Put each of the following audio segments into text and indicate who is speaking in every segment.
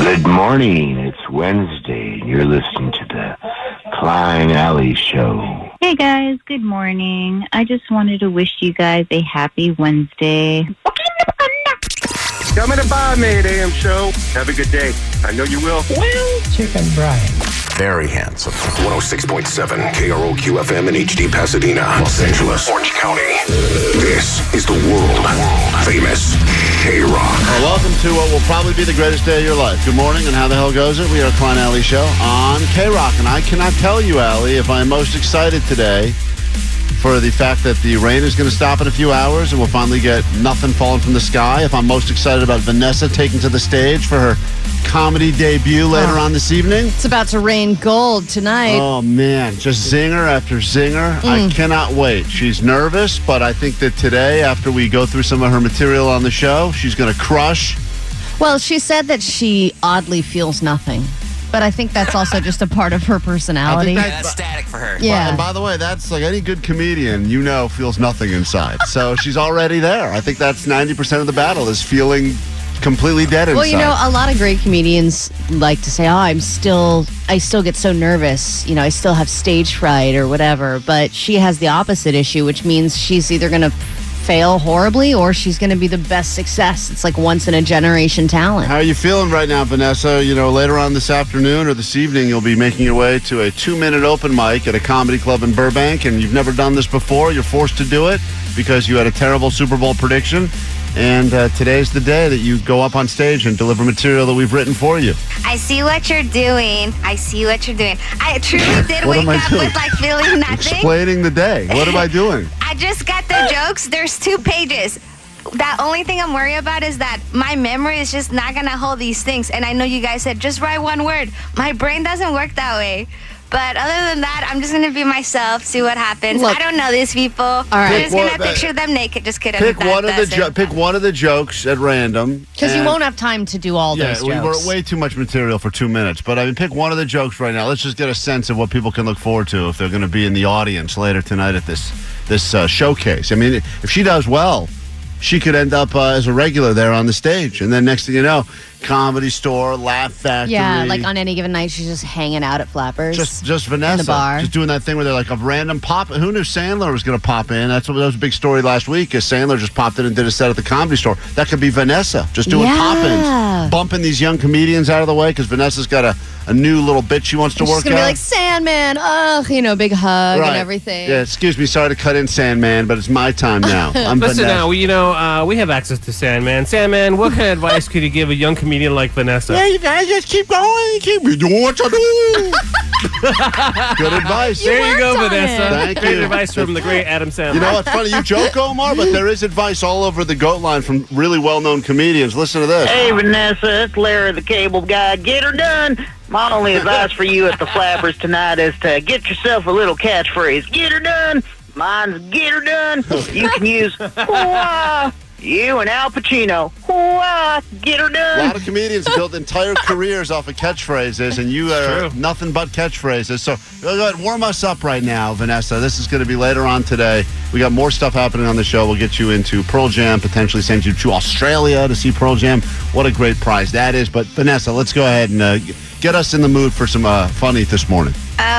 Speaker 1: Good morning. It's Wednesday, and you're listening to the Klein Alley Show.
Speaker 2: Hey guys, good morning. I just wanted to wish you guys a happy Wednesday.
Speaker 3: Coming to buy me at AM Show. Have a good day. I know you will.
Speaker 4: Chicken Brian.
Speaker 5: Very handsome.
Speaker 6: 106.7 KROQ FM in HD Pasadena, Los Angeles, Orange County. This is the world famous K Rock.
Speaker 7: Well, welcome to what will probably be the greatest day of your life. Good morning, and how the hell goes it? We are Klein Alley Show on K Rock, and I cannot tell you, Alley, if I am most excited today for the fact that the rain is going to stop in a few hours, and we'll finally get nothing falling from the sky. If I'm most excited about Vanessa taking to the stage for her comedy debut later on this evening.
Speaker 8: It's about to rain gold tonight.
Speaker 7: Oh man, just zinger after zinger. I
Speaker 8: Mm.
Speaker 7: cannot wait. She's nervous, but I think that today, after we go through some of her material on the show, she's going to crush.
Speaker 8: Well, she said that she oddly feels nothing, but I think that's also just a part of her personality.
Speaker 7: I think
Speaker 5: That's static for her.
Speaker 7: By-
Speaker 8: yeah.
Speaker 7: And by the way, that's like any good comedian, you know, feels nothing inside. so she's already there. I think that's 90% of the battle is feeling completely dead inside.
Speaker 8: Well, you know, a lot of great comedians like to say, "Oh, I'm still, I still get so nervous. You know, I still have stage fright or whatever." But she has the opposite issue, which means she's either going to fail horribly or she's going to be the best success. It's like once in a generation talent.
Speaker 7: How are you feeling right now, Vanessa? You know, later on this afternoon or this evening, you'll be making your way to a two minute open mic at a comedy club in Burbank, and you've never done this before. You're forced to do it because you had a terrible Super Bowl prediction. And uh, today's the day that you go up on stage and deliver material that we've written for you.
Speaker 9: I see what you're doing. I see what you're doing. I truly did
Speaker 7: What
Speaker 9: wake
Speaker 7: am I
Speaker 9: up
Speaker 7: doing?
Speaker 9: with like feeling nothing.
Speaker 7: Explaining the day. What am I doing?
Speaker 9: I just got the jokes. There's two pages. The only thing I'm worried about is that my memory is just not gonna hold these things. And I know you guys said just write one word. My brain doesn't work that way. But other than that, I'm just gonna be myself. See what happens.
Speaker 8: Look-
Speaker 9: I don't know these people. I'm
Speaker 8: right.
Speaker 9: just
Speaker 7: Pick
Speaker 9: gonna
Speaker 7: one-
Speaker 9: picture them naked. Just kidding.
Speaker 7: Pick
Speaker 9: That-
Speaker 7: one of the
Speaker 9: that's it.
Speaker 7: jo- pick one of the jokes at random.
Speaker 8: Because you
Speaker 7: and-
Speaker 8: won't have time to do all
Speaker 7: Yeah,
Speaker 8: those
Speaker 7: we were
Speaker 8: jokes.
Speaker 7: way too much material for two minutes. But I mean, pick one of the jokes right now. Let's just get a sense of what people can look forward to if they're going to be in the audience later tonight at this this uh, showcase. I mean, if she does well, she could end up uh, as a regular there on the stage, and then next thing you know, comedy store, laugh factory.
Speaker 8: yeah, like on any given night, she's just hanging out at Flappers.
Speaker 7: just just Vanessa,
Speaker 8: bar.
Speaker 7: just doing that thing where they're like a random pop. Who knew Sandler was going to pop in? That's what that was a big story last week. Is Sandler just popped in and did a set at the comedy store? That could be Vanessa just doing
Speaker 8: Yeah.
Speaker 7: pop-ins, bumping these young comedians out of the way because Vanessa's got a, a new little bit she wants to
Speaker 8: she's
Speaker 7: work
Speaker 8: gonna
Speaker 7: out.
Speaker 8: be like Sandman, ugh, you know, big hug
Speaker 7: Right.
Speaker 8: and everything.
Speaker 7: Yeah, excuse me, sorry to cut in, Sandman, but it's my time now. I'm
Speaker 4: Listen
Speaker 7: Vanessa.
Speaker 4: now, we, you know, uh, we have access to Sandman. Sandman, what kind of advice could you give a young comedian like Vanessa?
Speaker 7: Yeah, you guys just keep going, keep you doing what you do. Good advice.
Speaker 4: there you go,
Speaker 8: worked on
Speaker 4: Vanessa.
Speaker 8: it.
Speaker 7: Thank
Speaker 4: Great
Speaker 7: you.
Speaker 4: advice from the great Adam Sandler.
Speaker 7: You know, it's funny. You joke, Omar, but there is advice all over the goat line from really well-known comedians. Listen to this.
Speaker 10: Hey Vanessa, it's Larry the Cable Guy. Get her done. My only advice for you at the Flappers tonight is to get yourself a little catchphrase. Get her done. Mine's get her done. You can use hoo-ah. You and Al Pacino. Hoo-ah. Get her
Speaker 7: A
Speaker 10: done.
Speaker 7: lot of comedians build entire careers off of catchphrases, and you are
Speaker 4: true.
Speaker 7: nothing but catchphrases. So go ahead, warm us up right now, Vanessa. This is going to be later on today. We got more stuff happening on the show. We'll get you into Pearl Jam, potentially send you to Australia to see Pearl Jam. What a great prize that is! But Vanessa, let's go ahead and uh, g- get us in the mood for some uh, funny this morning.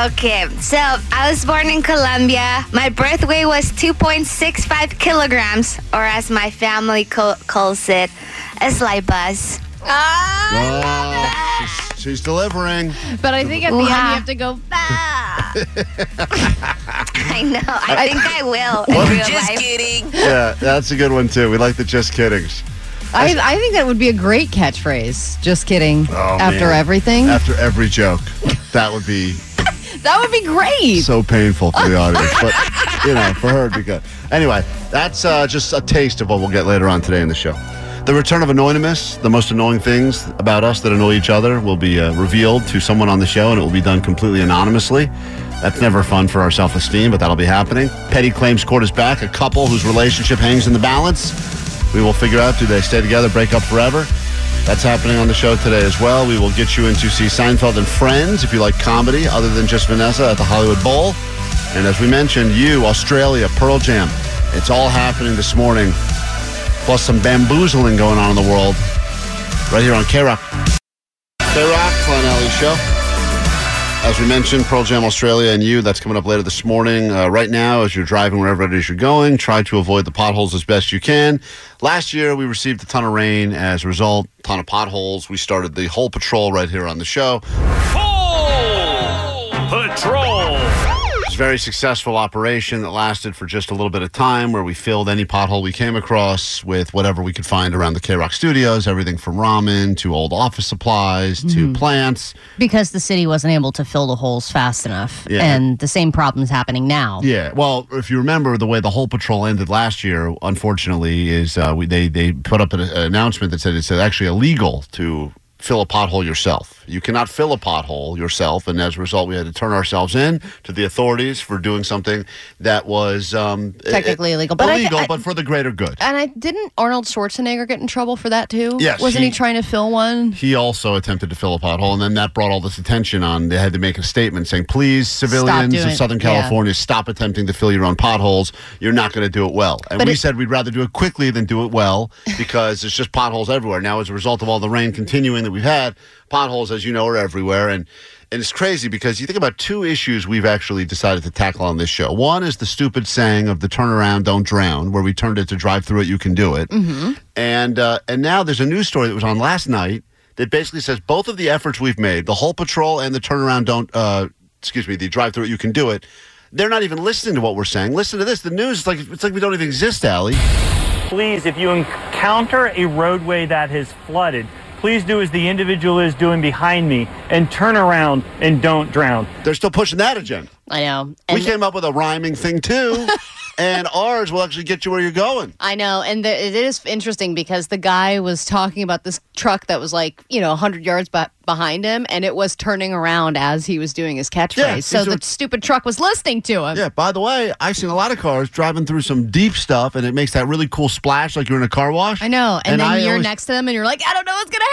Speaker 9: Okay, so I was born in Colombia. My birth weight was 2.65 kilograms, or as my family co- calls it, a slight buzz.
Speaker 7: Wow. Oh, She's, She's delivering.
Speaker 11: Ah! But I think at the end you have to go
Speaker 10: I know. I think I will. in
Speaker 7: What?
Speaker 10: real
Speaker 7: Just
Speaker 10: life.
Speaker 7: Yeah, that's a good one too. We like the just kiddings.
Speaker 11: I, I think that would be a great catchphrase. Just kidding.
Speaker 7: Oh,
Speaker 11: After
Speaker 7: man.
Speaker 11: everything,
Speaker 7: After every joke. That would be
Speaker 11: that would be great.
Speaker 7: so painful for the audience. But you know, for her it'd be good. Anyway, that's uh, just a taste of what we'll get later on today in the show. The return of anonymous, the most annoying things about us that annoy each other, will be uh, revealed to someone on the show, and it will be done completely anonymously. That's never fun for our self-esteem, but that'll be happening. Petty claims court is back. A couple whose relationship hangs in the balance. We will figure out do they stay together, break up forever. That's happening on the show today as well. We will get you in to see Seinfeld and Friends if you like comedy, other than just Vanessa at the Hollywood Bowl. And as we mentioned, you, Australia, Pearl Jam. It's all happening this morning. Plus some bamboozling going on in the world. Right here on K Rock. K Rock, Klein Alley Show. As we mentioned, Pearl Jam Australia and you, that's coming up later this morning. Uh, right now, as you're driving wherever it is you're going, try to avoid the potholes as best you can. Last year, we received a ton of rain. As a result, ton of potholes. We started the whole patrol right here on the show.
Speaker 9: Patrol.
Speaker 7: It was a very successful operation that lasted for just a little bit of time where we filled any pothole we came across with whatever we could find around the K Rock studios everything from ramen to old office supplies to
Speaker 11: Mhm.
Speaker 7: plants.
Speaker 11: Because the city wasn't able to fill the holes fast enough,
Speaker 7: Yeah.
Speaker 11: and the same problem's happening now.
Speaker 7: Yeah. Well, if you remember the way the whole patrol ended last year, unfortunately, is uh, we, they they put up an, an announcement that said it's actually illegal to fill a pothole yourself. You cannot fill a pothole yourself, and as a result, we had to turn ourselves in to the authorities for doing something that was um, i-
Speaker 11: Technically
Speaker 7: i-
Speaker 11: illegal, but I-
Speaker 7: illegal,
Speaker 11: I-
Speaker 7: but for the greater good.
Speaker 8: And I didn't Arnold Schwarzenegger get in trouble for that too?
Speaker 7: Yes,
Speaker 8: Wasn't
Speaker 7: he-
Speaker 8: he, trying to fill one?
Speaker 7: He also attempted to fill a pothole, and then that brought all this attention on. They had to make a statement saying, "Please, civilians
Speaker 8: doing-
Speaker 7: of Southern
Speaker 8: yeah.
Speaker 7: California, stop attempting to fill your own potholes. You're not going to do it well." And
Speaker 11: But
Speaker 7: we
Speaker 11: it-
Speaker 7: said we'd rather do it quickly than do it well because there's just potholes everywhere. Now, as a result of all the rain continuing that we've had, potholes, as you know, are everywhere, and. And it's crazy because you think about two issues we've actually decided to tackle on this show. One is the stupid saying of the turnaround, don't drown, where we turned it to drive through it, you can do it.
Speaker 9: Mm-hmm.
Speaker 7: And uh, and now there's a news story that was on last night that basically says both of the efforts we've made, the whole patrol and the turnaround don't uh, excuse me, the drive through you can do it. They're not even listening to what we're saying. Listen to this. The news is like it's like we don't even exist, Allie.
Speaker 12: Please, if you encounter a roadway that is flooded, please do as the individual is doing behind me and turn around and don't drown.
Speaker 7: They're still pushing that agenda.
Speaker 11: I know.
Speaker 7: We came up with a rhyming thing too. and ours will actually get you where you're going.
Speaker 8: I know, and the, it is interesting because the guy was talking about this truck that was like you know 100 yards be- behind him, and it was turning around as he was doing his catchphrase.
Speaker 7: these
Speaker 8: so
Speaker 7: are-
Speaker 8: the stupid truck was listening to him.
Speaker 7: Yeah, by the way, I've seen a lot of cars driving through some deep stuff and it makes that really cool splash like you're in a car wash. I know.
Speaker 8: Oh, And, then you're next to them, and you're like, I don't know what's gonna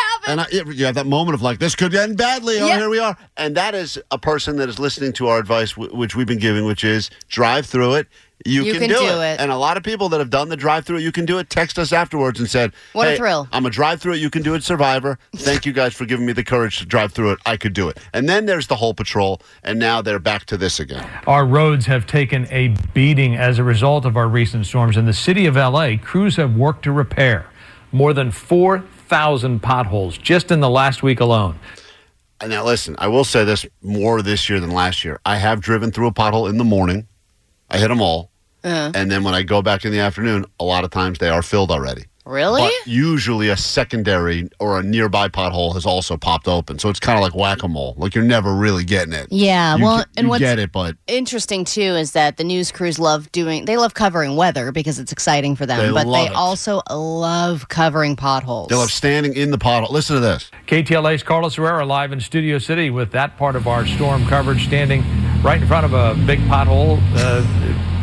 Speaker 8: happen.
Speaker 7: And I, you have that moment of like, this could end badly. Oh,
Speaker 8: Yeah.
Speaker 7: here we are. And that is a person that is listening to our advice, w- which we've been giving, which is drive through it. You, can, do, it. And a lot of people that have done the drive through it, you can do it, text us afterwards and said,
Speaker 8: What a
Speaker 7: "Hey,
Speaker 8: thrill."
Speaker 7: I'm a drive through it, you can do it survivor. Thank you guys for giving me the courage to drive through it. I could do it. And then there's the whole patrol. And now they're back to this again.
Speaker 13: Our roads have taken a beating as a result of our recent storms. In the city of LA, crews have worked to repair more than 4,000 potholes just in the last week alone.
Speaker 7: And now, listen, I will say this more this year than last year. I have driven through a pothole in the morning. I hit them all. And then when I go back in the afternoon, a lot of times they are filled already.
Speaker 8: Really?
Speaker 7: But usually a secondary or a nearby pothole has also popped open. So it's kind of like whack a mole. Like you're never really getting it.
Speaker 8: Yeah,
Speaker 7: You
Speaker 8: well,
Speaker 7: get-
Speaker 8: and
Speaker 7: you
Speaker 8: what's-
Speaker 7: get it, but
Speaker 8: Interesting too is that the news crews love doing they love covering weather because it's exciting for them,
Speaker 7: They
Speaker 8: but
Speaker 7: love
Speaker 8: they
Speaker 7: it.
Speaker 8: also love covering potholes.
Speaker 7: they'll have standing in the pothole. Listen to this.
Speaker 13: KTLA's Carlos Herrera live in Studio City with that part of our storm coverage standing right in front of a big pothole uh,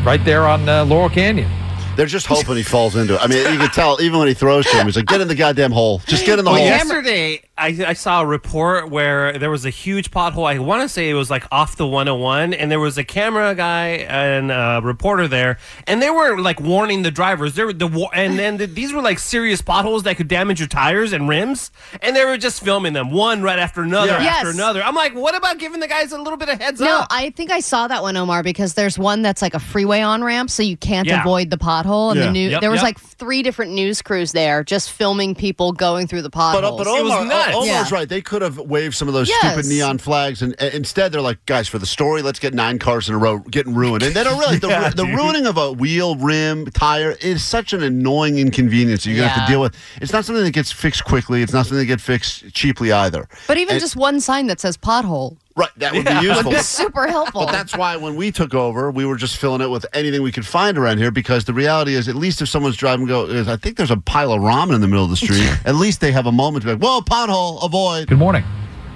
Speaker 13: right there on uh, Laurel Canyon.
Speaker 7: They're just hoping he falls into it. I mean, you can tell even when he throws to him, he's like, get in the goddamn hole. Just get in the
Speaker 4: Well,
Speaker 7: hole.
Speaker 4: yesterday, I, I saw a report where there was a huge pothole. I want to say it was like off the 101, and there was a camera guy and a reporter there, and they were like warning the drivers. There were the wa- and then the, these were like serious potholes that could damage your tires and rims, and they were just filming them one right after another
Speaker 8: Yeah.
Speaker 4: after
Speaker 8: Yes.
Speaker 4: another. I'm like, what about giving the guys a little bit of heads
Speaker 8: No,
Speaker 4: up?
Speaker 8: I think I saw that one, Omar, because there's one that's like a freeway on ramp, so you can't
Speaker 4: Yeah.
Speaker 8: avoid the pothole. And
Speaker 7: Yeah.
Speaker 8: the new
Speaker 7: Yep,
Speaker 8: there was
Speaker 7: yep.
Speaker 8: like three different news crews there, just filming people going through the potholes.
Speaker 7: uh, But, but Omar, That's almost right. They could have waved some of those stupid
Speaker 11: Yes.
Speaker 7: neon flags, and and instead they're like, guys, for the story, let's get nine cars in a row getting ruined. And they don't realize the,
Speaker 9: Yeah,
Speaker 7: the
Speaker 9: dude.
Speaker 7: ruining of a wheel, rim, tire is such an annoying inconvenience that you're going to have
Speaker 8: Yeah.
Speaker 7: to deal with. It's not something that gets fixed quickly. It's not something that gets fixed cheaply either.
Speaker 8: But even
Speaker 7: And-
Speaker 8: just one sign that says pothole.
Speaker 7: Right, that would be useful.
Speaker 8: Would be super helpful.
Speaker 7: But that's why when we took over, we were just filling it with anything we could find around here because the reality is, at least if someone's driving, go, is I think there's a pile of ramen in the middle of the street. at least they have a moment to be like, whoa, pothole, avoid.
Speaker 14: Good morning.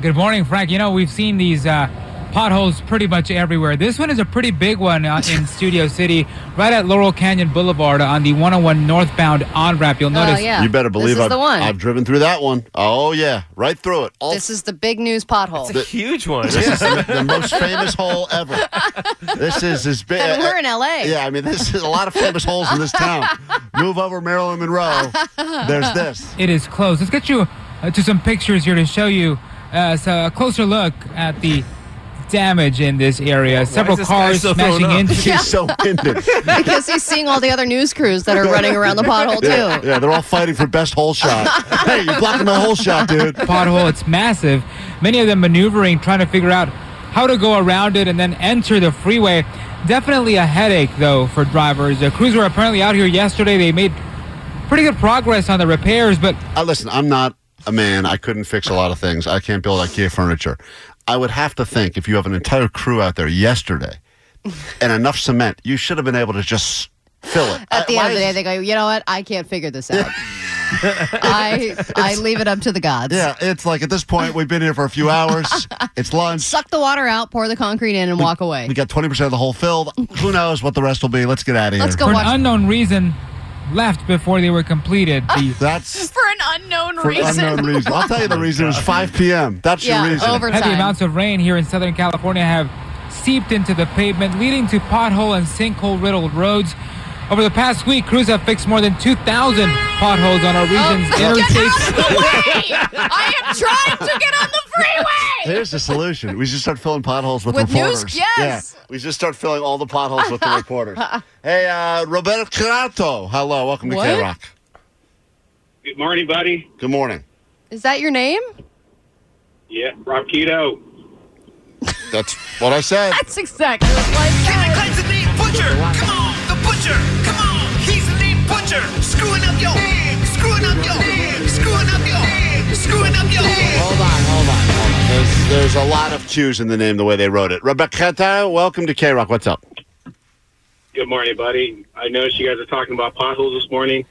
Speaker 14: Good morning, Frank. You know, we've seen these uh, potholes pretty much everywhere. This one is a pretty big one uh, in Studio City, right at Laurel Canyon Boulevard on the 101 northbound on ramp. You'll notice.
Speaker 7: You better believe I've,
Speaker 8: the one.
Speaker 7: I've driven through that one. Oh, yeah, right through it. All
Speaker 8: this is the big news pothole.
Speaker 7: The-
Speaker 4: huge one.
Speaker 7: This is the, the most famous hole ever. This is as big.
Speaker 8: And we're in LA.
Speaker 7: Yeah, I mean, this is a lot of famous holes in this town. Move over Marilyn Monroe. There's this.
Speaker 14: It is closed. Let's get you uh, to some pictures here to show you uh, so a closer look at the damage in this area. Several
Speaker 4: this guy
Speaker 14: cars
Speaker 4: so thrown
Speaker 14: smashing
Speaker 4: up?
Speaker 14: into.
Speaker 7: He's so winded.
Speaker 8: because he's seeing all the other news crews that are running around the pothole too.
Speaker 7: Yeah, Uh, yeah, they're all fighting for best hole shot. hey, you're blocking my hole shot, dude.
Speaker 14: Pothole, it's massive. Many of them maneuvering, trying to figure out how to go around it and then enter the freeway. Definitely a headache, though, for drivers. The crews were apparently out here yesterday. They made pretty good progress on the repairs, but
Speaker 7: Uh, listen, I'm not a man. I couldn't fix a lot of things. I can't build IKEA furniture. I would have to think if you have an entire crew out there yesterday and enough cement, you should have been able to just fill it.
Speaker 8: At the end of the day, they go, you know what? I can't figure this out. I I leave it up to the gods.
Speaker 7: Yeah, it's like at this point we've been here for a few hours. It's lunch.
Speaker 8: Suck the water out, pour the concrete in, and walk away.
Speaker 7: We got 20% of the hole filled. Who knows what the rest will be? Let's get out of here.
Speaker 8: Let's go
Speaker 14: for
Speaker 8: watch-
Speaker 14: an unknown reason, left before they were completed. The
Speaker 7: That's
Speaker 8: Ah, for an unknown
Speaker 7: for unknown reason. I'll tell you the reason. It was 5 p.m. That's your reason.
Speaker 14: Heavy amounts of rain here in Southern California have seeped into the pavement, leading to pothole and sinkhole riddled roads. Over the past week, crews have fixed more than 2,000 potholes on our region's interstates.
Speaker 8: I am trying to get on the freeway.
Speaker 7: Here's the solution. We just start filling potholes with,
Speaker 8: With news?
Speaker 7: reporters.
Speaker 8: Yes.
Speaker 7: Yeah. We just start filling all the potholes with the reporters. Hey, uh, Roberto Carato. Hello. Welcome to
Speaker 8: What?
Speaker 7: K Rock.
Speaker 6: Good morning, buddy.
Speaker 7: Good morning.
Speaker 8: Is that your name?
Speaker 6: Yeah, Rob Keto.
Speaker 7: That's what I said.
Speaker 8: That's exactly what
Speaker 15: Kevin Klein's a meat butcher. Come on, the butcher. Come on, he's a meat butcher. Screwing up your leg, screwing up your leg, screwing up your leg, screwing up your leg.
Speaker 7: Hold on, hold on, hold on. There's, there's a lot of cues in the name, the way they wrote it. Roberto Carato, welcome to K Rock. What's up?
Speaker 6: Good morning, buddy. I noticed you guys are talking about potholes this morning.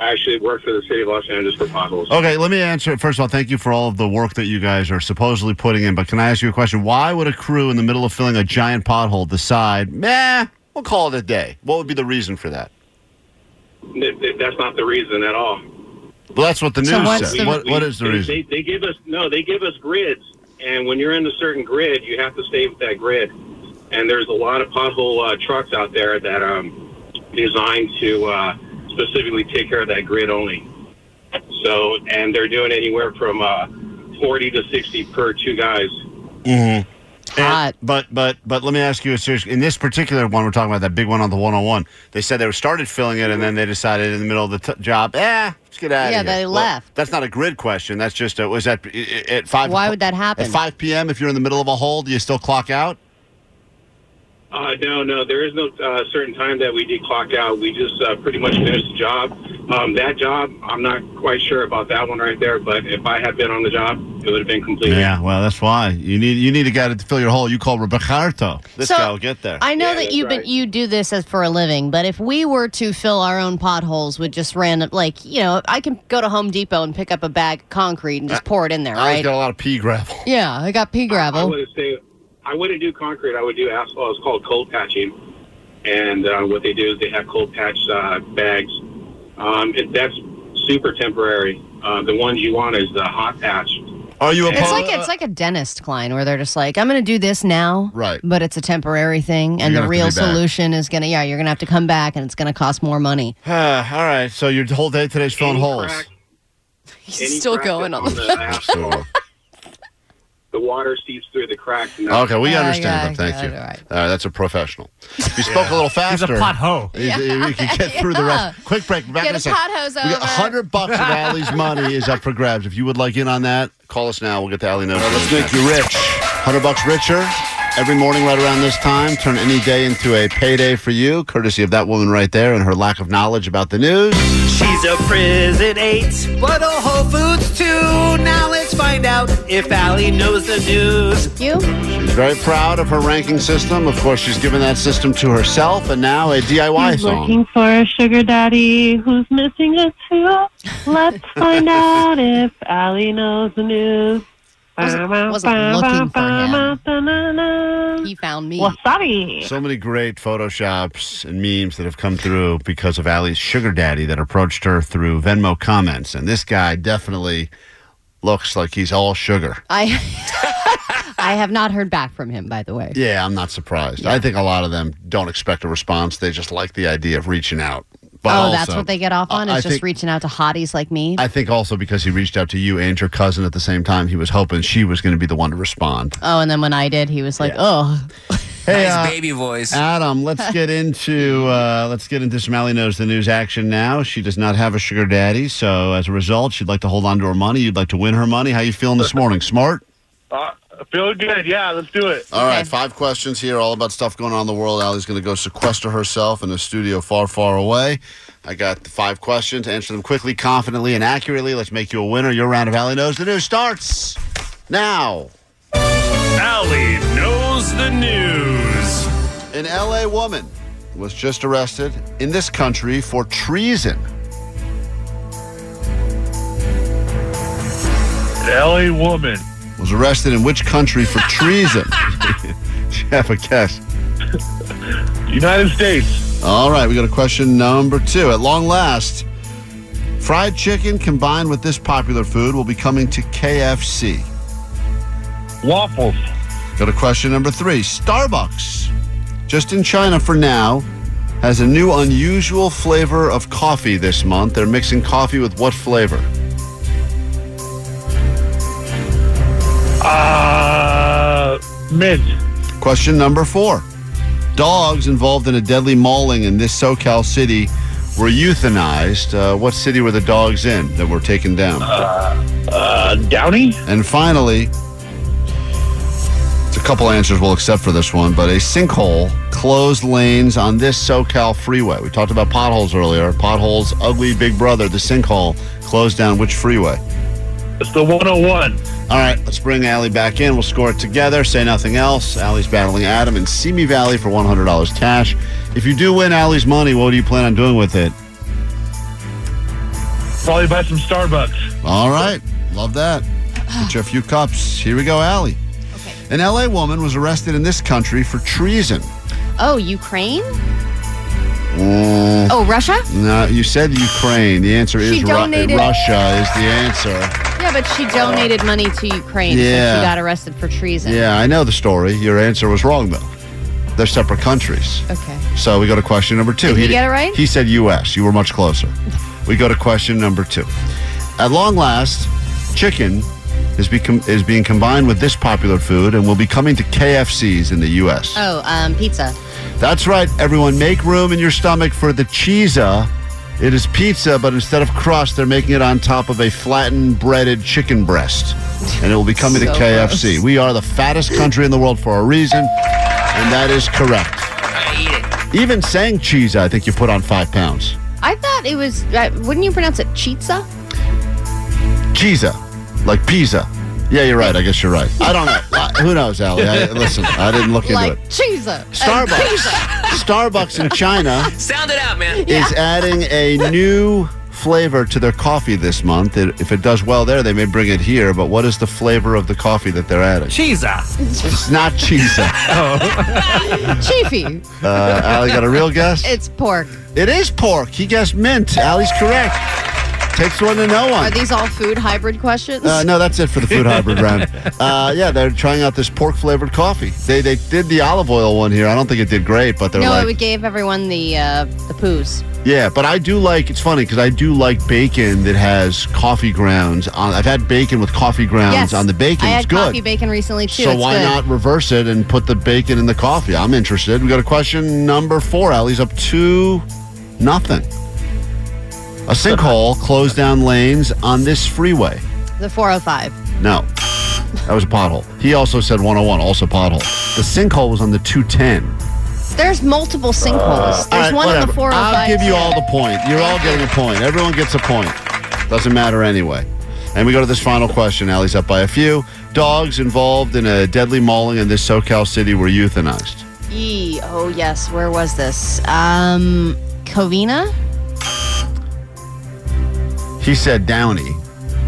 Speaker 6: I actually work for the city of Los Angeles for potholes.
Speaker 7: Okay, let me answer it. First of all, thank you for all of the work that you guys are supposedly putting in. But can I ask you a question? Why would a crew in the middle of filling a giant pothole decide, meh, we'll call it a day? What would be the reason for that?
Speaker 6: Th- th- That's not the reason at all.
Speaker 7: Well, that's what the news
Speaker 6: So
Speaker 7: said. what, what is the
Speaker 6: they,
Speaker 7: reason?
Speaker 6: They, they give us no. They give us grids, and when you're in a certain grid, you have to stay with that grid. And there's a lot of pothole uh, trucks out there that um designed to uh, specifically take care of that grid only. So, and they're doing anywhere from uh, 40 to 60 per two guys.
Speaker 7: Mm-hmm. Hot. but but but let me ask you a serious. In this particular one, we're talking about that big one on the 101. They said they were started filling it, and then they decided in the middle of the t- job, eh, let's get out
Speaker 8: Yeah,
Speaker 7: of here.
Speaker 8: they
Speaker 7: Well,
Speaker 8: left.
Speaker 7: that's not a grid question. That's just a, was that i- i- at five?
Speaker 8: Why would
Speaker 7: At
Speaker 8: that happen?
Speaker 7: 5 p.m. If you're in the middle of a hole, do you still clock out?
Speaker 6: Uh, no, no, there is no uh, certain time that we did clock out. We just uh, pretty much finished the job. Um, that job, I'm not quite sure about that one right there, but if I had been on the job, it would have been completed.
Speaker 7: Yeah, well, that's why you need you need a guy to fill your hole. You call Roberto. This
Speaker 8: So,
Speaker 7: guy will get there.
Speaker 8: I know that you but you do this as for a living, but if we were to fill our own potholes with just random, like you know, I can go to Home Depot and pick up a bag of concrete and just pour it in there,
Speaker 7: Uh, I always
Speaker 8: right?
Speaker 7: got a lot of pea gravel.
Speaker 8: Yeah, I got pea
Speaker 6: I
Speaker 8: gravel.
Speaker 6: would have say I wouldn't do concrete. I would do asphalt. It's called cold patching, and uh, what they do is they have cold patch uh, bags. Um, it, that's super temporary. Uh, the ones you want is the hot patch.
Speaker 7: Are you
Speaker 8: It's like it's like a dentist, Klein, where they're just like, "I'm going to do this now,
Speaker 7: right?"
Speaker 8: But it's a temporary thing, and
Speaker 7: You're
Speaker 8: the
Speaker 7: gonna
Speaker 8: real
Speaker 7: have to be back.
Speaker 8: solution is going to yeah, you're going to have to come back, and it's going to cost more money.
Speaker 7: all right, so your whole day today's filling holes.
Speaker 8: He's still going on.
Speaker 6: the asphalt. the water seeps through the cracks. And that's-
Speaker 7: Okay, we understand that. Thank you. All right. that's a professional. He spoke a little faster.
Speaker 4: He's a pothole.
Speaker 7: He, he could get through the rest.
Speaker 8: Yeah.
Speaker 7: Quick break. Back
Speaker 8: Get
Speaker 7: in
Speaker 8: a
Speaker 7: a second.
Speaker 8: pothose
Speaker 7: We got
Speaker 8: over.
Speaker 7: 100 bucks of Allie's money is up for grabs. If you would like in on that, call us now. We'll get the Allie note. Let's make you rich. 100 bucks richer. Every morning right around this time, turn any day into a payday for you, courtesy of that woman right there and her lack of knowledge about the news.
Speaker 9: She's a prison eight, but a Whole Foods too. Now let's find out if Allie knows the news.
Speaker 8: You?
Speaker 7: She's very proud of her ranking system. Of course, she's given that system to herself and now a DIY
Speaker 16: He's
Speaker 7: song.
Speaker 16: looking for a sugar daddy who's missing a two. Let's find out if Allie knows the news.
Speaker 8: Wasn't- wasn't looking for him. He found me.
Speaker 16: Wasabi.
Speaker 7: So many great photoshops and memes that have come through because of Allie's sugar daddy that approached her through Venmo comments. And this guy definitely looks like he's all sugar.
Speaker 8: I I have not heard back from him, by the way.
Speaker 7: Yeah, I'm not surprised. I think a lot of them don't expect a response. They just like the idea of reaching out. But
Speaker 8: oh, that's
Speaker 7: also-
Speaker 8: what they get off on
Speaker 7: I- I
Speaker 8: is just
Speaker 7: think-
Speaker 8: reaching out to hotties like me.
Speaker 7: I think also because he reached out to you and your cousin at the same time, he was hoping she was going to be the one to respond.
Speaker 8: oh, and then when I did, he was like, "Oh,
Speaker 7: Hey,
Speaker 8: Nice
Speaker 7: baby voice, Adam. Let's get into uh, let's get into some Allie knows the news action now. She does not have a sugar daddy, so as a result, she'd like to hold on to her money. You'd like to win her money. How you feeling this morning? Smart.
Speaker 2: Uh, feel good. Yeah, let's do it.
Speaker 7: All right, five questions here, all about stuff going on in the world. Allie's going to go sequester herself in a studio far, far away. I got the five questions. Answer them quickly, confidently, and accurately. Let's make you a winner. Your round of Allie knows the news starts now.
Speaker 15: Allie knows the news.
Speaker 7: An LA woman was just arrested in this country for treason.
Speaker 2: An LA woman
Speaker 7: was arrested in which country for treason? Do you have a guess?
Speaker 2: United States.
Speaker 7: All right, we go to question number two. At long last, fried chicken combined with this popular food will be coming to KFC.
Speaker 2: Waffles.
Speaker 7: Go to question number three. Starbucks, just in China for now, has a new unusual flavor of coffee this month. They're mixing coffee with what flavor?
Speaker 2: Uh, mint.
Speaker 7: Question number four. Dogs involved in a deadly mauling in this SoCal city were euthanized. Uh, what city were the dogs in that were taken down? Uh, uh, Downey. And finally, it's a couple answers we'll accept for this one, but a sinkhole closed lanes on this SoCal freeway. We talked about potholes earlier. Potholes, ugly big brother, the sinkhole closed down which freeway? It's the 101. All right, let's bring Allie back in. We'll score it together. Say nothing else. Allie's battling Adam in Simi Valley for $100 cash. If you do win Allie's money, what do you plan on doing with it?
Speaker 2: Probably buy some Starbucks.
Speaker 7: All right. Love that. Get you a few cups. Here we go, Allie. An LA woman was arrested in this country for treason.
Speaker 8: oh, Ukraine?
Speaker 7: Mm.
Speaker 8: Oh, Russia?
Speaker 7: No, you said Ukraine. The answer is
Speaker 8: She
Speaker 7: Ru-
Speaker 8: donated-
Speaker 7: Russia is the answer.
Speaker 8: Yeah, but she donated money to Ukraine, so
Speaker 7: Yeah.
Speaker 8: she got arrested for treason.
Speaker 7: Yeah, I know the story. Your answer was wrong, though. They're separate countries.
Speaker 8: Okay.
Speaker 7: So we go to question number two.
Speaker 8: Did he get it right?
Speaker 7: He said U.S. You were much closer. we go to question number two. At long last, chicken is become is being combined with this popular food and will be coming to KFCs in the U.S.
Speaker 8: Oh, um, pizza.
Speaker 7: That's right, everyone. Make room in your stomach for the cheesa. It is pizza, but instead of crust, they're making it on top of a flattened breaded chicken breast. And it will be coming to
Speaker 15: So
Speaker 7: KFC.
Speaker 15: gross.
Speaker 7: We are the fattest country in the world for a reason, and that is correct. I eat it. Even saying cheese, I think you put on five pounds.
Speaker 8: I thought it was. Uh, wouldn't you pronounce it chizza?
Speaker 7: Cheesa, like pizza. Yeah, you're right. I guess you're right. I don't know. Uh, who knows, Allie? I, listen, I didn't look into
Speaker 8: Like
Speaker 7: it.
Speaker 8: chizza. and
Speaker 7: Starbucks.
Speaker 8: pizza.
Speaker 7: Starbucks in China.
Speaker 8: Sound it out, man.
Speaker 7: is adding a new flavor to their coffee this month. It, if it does well there, they may bring it here. But what is the flavor of the coffee that they're adding?
Speaker 4: Cheesa.
Speaker 7: It's not cheese.
Speaker 8: Chiefy.
Speaker 7: Uh, Allie got a real guess.
Speaker 8: It's pork.
Speaker 7: It is pork. He guessed mint. Allie's correct. Takes one to know
Speaker 8: Are
Speaker 7: one.
Speaker 8: these all food hybrid questions?
Speaker 7: Uh, no, that's it for the food hybrid round. Uh, yeah, they're trying out this pork flavored coffee. They they did the olive oil one here. I don't think it did great, but they're
Speaker 8: No,
Speaker 7: like,
Speaker 8: it would gave everyone the uh, the poos.
Speaker 7: yeah. But I do like. It's funny because I do like bacon that has coffee grounds on. I've had bacon with coffee grounds
Speaker 8: yes,
Speaker 7: on the bacon.
Speaker 8: I
Speaker 7: it's
Speaker 8: had
Speaker 7: good.
Speaker 8: coffee bacon recently too.
Speaker 7: So
Speaker 8: it's
Speaker 7: why
Speaker 8: good.
Speaker 7: not reverse it and put the bacon in the coffee? I'm interested. We got a question number four. Allie's up two, nothing. A sinkhole closed down lanes on this freeway.
Speaker 8: The 405.
Speaker 7: No, that was a pothole. He also said 101, also pothole. The sinkhole was on the 210.
Speaker 8: There's multiple sinkholes.
Speaker 7: Uh,
Speaker 8: There's
Speaker 7: All right,
Speaker 8: one on the
Speaker 7: whatever.
Speaker 8: 405.
Speaker 7: I'll give you all the point. You're all getting a point. Everyone gets a point. Doesn't matter anyway. And we go to this final question. Allie's up by a few. Dogs involved in a deadly mauling in this SoCal city were euthanized.
Speaker 8: E. Oh yes. Where was this? Um, Covina.
Speaker 7: He said Downey,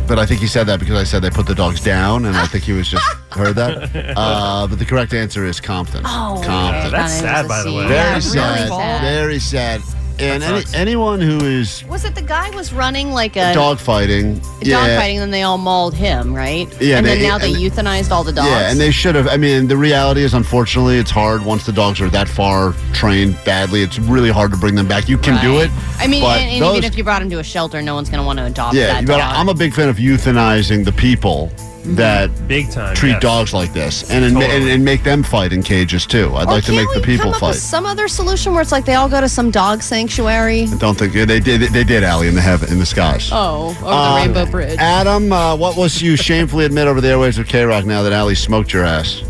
Speaker 7: but I think he said that because I said they put the dogs down, and I think he was just heard that. Uh, but the correct answer is Compton.
Speaker 8: Oh,
Speaker 7: Compton.
Speaker 4: that's sad, by the way.
Speaker 7: Very
Speaker 4: Yeah, really
Speaker 7: sad.
Speaker 8: sad.
Speaker 7: Very sad. And any, anyone who is
Speaker 8: Was it the guy was running like a
Speaker 7: dog fighting,
Speaker 8: dog fighting? Then they all mauled him, right?
Speaker 7: Yeah,
Speaker 8: And then
Speaker 7: they-
Speaker 8: now they
Speaker 7: and-
Speaker 8: euthanized all the dogs.
Speaker 7: Yeah, and they should have. I mean, the reality is, unfortunately, it's hard once the dogs are that far trained badly. It's really hard to bring them back. You can do it.
Speaker 8: I mean,
Speaker 7: but
Speaker 8: and, and
Speaker 7: those-
Speaker 8: even if you brought him to a shelter, no one's going to want to adopt
Speaker 7: yeah,
Speaker 8: that
Speaker 7: but
Speaker 8: dog. Mm-hmm.
Speaker 7: I'm a big fan of euthanizing the people that
Speaker 4: big time
Speaker 7: treat
Speaker 4: yes.
Speaker 7: dogs like this and, and
Speaker 4: Totally.
Speaker 7: and and make them fight in cages too. I'd
Speaker 8: Or
Speaker 7: like to
Speaker 8: can't
Speaker 7: make the
Speaker 8: we
Speaker 7: people
Speaker 8: come up
Speaker 7: fight.
Speaker 8: With some other solution where it's like they all go to some dog sanctuary.
Speaker 7: I don't think they did. They did, Allie, in the heaven, in the skies.
Speaker 8: Oh, over
Speaker 7: Um,
Speaker 8: the Rainbow Bridge.
Speaker 7: Adam, uh, what was you shamefully admit over the airways of K Rock now that Allie smoked your ass?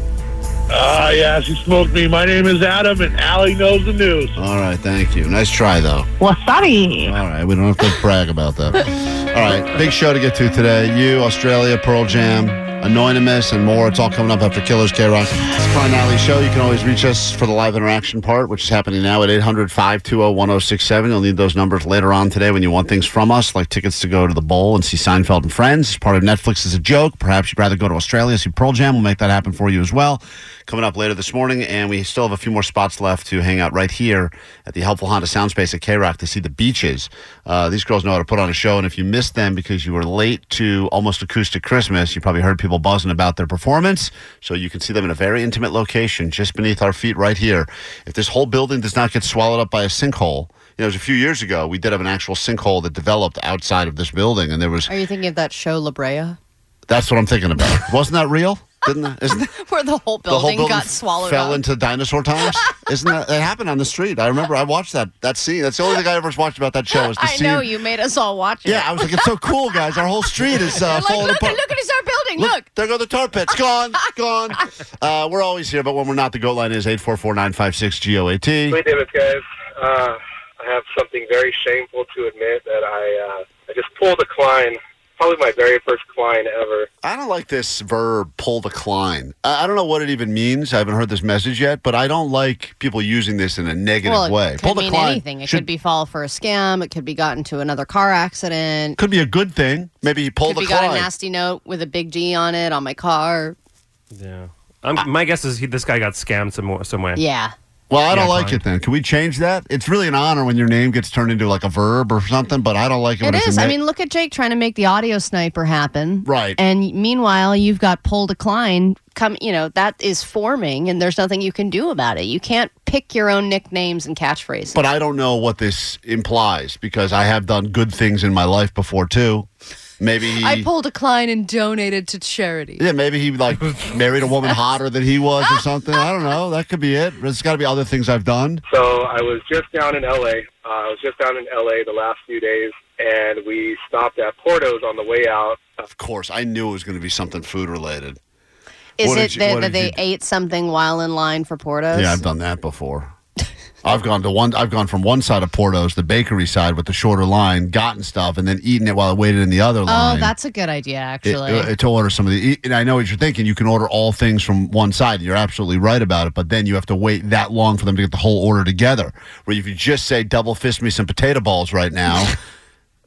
Speaker 17: Ah, yeah, she smoked me. My name is Adam, and Allie knows the news.
Speaker 7: All right, thank you. Nice try, though.
Speaker 16: Wasabi.
Speaker 7: All right, we don't have to brag about that. All right, big show to get to today. You, Australia, Pearl Jam, Anonymous, and more. It's all coming up after Killers K Rock. It's the Klein Alley Show. You can always reach us for the live interaction part, which is happening now at 800 520 1067. You'll need those numbers later on today when you want things from us, like tickets to go to the bowl and see Seinfeld and Friends. It's part of Netflix is a joke. Perhaps you'd rather go to Australia, see Pearl Jam. We'll make that happen for you as well. Coming up later this morning, and we still have a few more spots left to hang out right here at the helpful Honda Sound Space at K Rock to see the beaches. Uh, these girls know how to put on a show, and if you missed them because you were late to almost acoustic Christmas, you probably heard people buzzing about their performance. So you can see them in a very intimate location just beneath our feet right here. If this whole building does not get swallowed up by a sinkhole, you know, it was a few years ago, we did have an actual sinkhole that developed outside of this building, and there was
Speaker 8: Are you thinking of that show La Brea,
Speaker 7: that's what I'm thinking about. Wasn't that real? Didn't that, isn't that?
Speaker 8: where the whole building,
Speaker 7: the whole building
Speaker 8: got swallowed
Speaker 7: fell
Speaker 8: up?
Speaker 7: into dinosaur times. Isn't that it happened on the street? I remember I watched that that scene. That's the only thing I ever watched about that show was the
Speaker 8: I
Speaker 7: scene.
Speaker 8: know you made us all watch it.
Speaker 7: Yeah, I was like, it's so cool, guys. Our whole street is uh,
Speaker 8: You're like,
Speaker 7: falling
Speaker 8: look,
Speaker 7: apart.
Speaker 8: look at this our building. Look,
Speaker 7: there go the tar pits. Gone, gone. Uh, we're always here, but when we're not, the goat line is eight four four nine five six G O A T.
Speaker 18: Hey, David, guys. Uh, I have something very shameful to admit that I uh, I just pulled a Klein, probably my very first Klein ever.
Speaker 7: I don't like this verb "pull the Klein." I, I don't know what it even means. I haven't heard this message yet, but I don't like people using this in a negative
Speaker 8: well, it
Speaker 7: way.
Speaker 8: could
Speaker 7: pull the
Speaker 8: mean
Speaker 7: Klein
Speaker 8: anything. It
Speaker 7: should
Speaker 8: could be fall for a scam. It could be got into another car accident.
Speaker 7: could be a good thing. Maybe he pulled
Speaker 8: could
Speaker 7: the
Speaker 8: be
Speaker 7: Klein.
Speaker 8: got a nasty note with a big G on it on my car.
Speaker 4: Yeah. i my guess is he, this guy got scammed some more, some way.
Speaker 8: Yeah.
Speaker 7: Well, I
Speaker 4: Yeah,
Speaker 7: don't like
Speaker 4: fine.
Speaker 7: it then. Can we change that? It's really an honor when your name gets turned into like a verb or something, but I don't like it, when
Speaker 8: It
Speaker 7: it's
Speaker 8: is.
Speaker 7: a
Speaker 8: I
Speaker 7: na-
Speaker 8: mean, look at Jake trying to make the audio sniper happen.
Speaker 7: Right.
Speaker 8: And meanwhile, you've got pull decline come, you know, that is forming and there's nothing you can do about it. You can't pick your own nicknames and catchphrases.
Speaker 7: but I don't know what this implies because I have done good things in my life before too. Maybe he,
Speaker 8: I pulled decline and donated to charity.
Speaker 7: yeah, maybe he like married a woman hotter than he was or something. I don't know. That could be it. There's got to be other things I've done.
Speaker 18: So I was just down in LA. Uh, I was just down in LA the last few days, and we stopped at Porto's on the way out.
Speaker 7: Of course, I knew it was going to be something food related.
Speaker 8: Is
Speaker 7: What
Speaker 8: it
Speaker 7: did you-
Speaker 8: that,
Speaker 7: what
Speaker 8: that
Speaker 7: did
Speaker 8: they
Speaker 7: you
Speaker 8: ate something while in line for Portos?
Speaker 7: Yeah, I've done that before. I've gone to one. I've gone from one side of Porto's, the bakery side, with the shorter line, gotten stuff, and then eaten it while it waited in the other
Speaker 8: Oh,
Speaker 7: line.
Speaker 8: that's a good idea,
Speaker 7: it-
Speaker 8: actually.
Speaker 7: uh, to order some of the. And I know what you're thinking. You can order all things from one side. You're absolutely right about it. But then you have to wait that long for them to get the whole order together. Where if you just say double fist me some potato balls right now.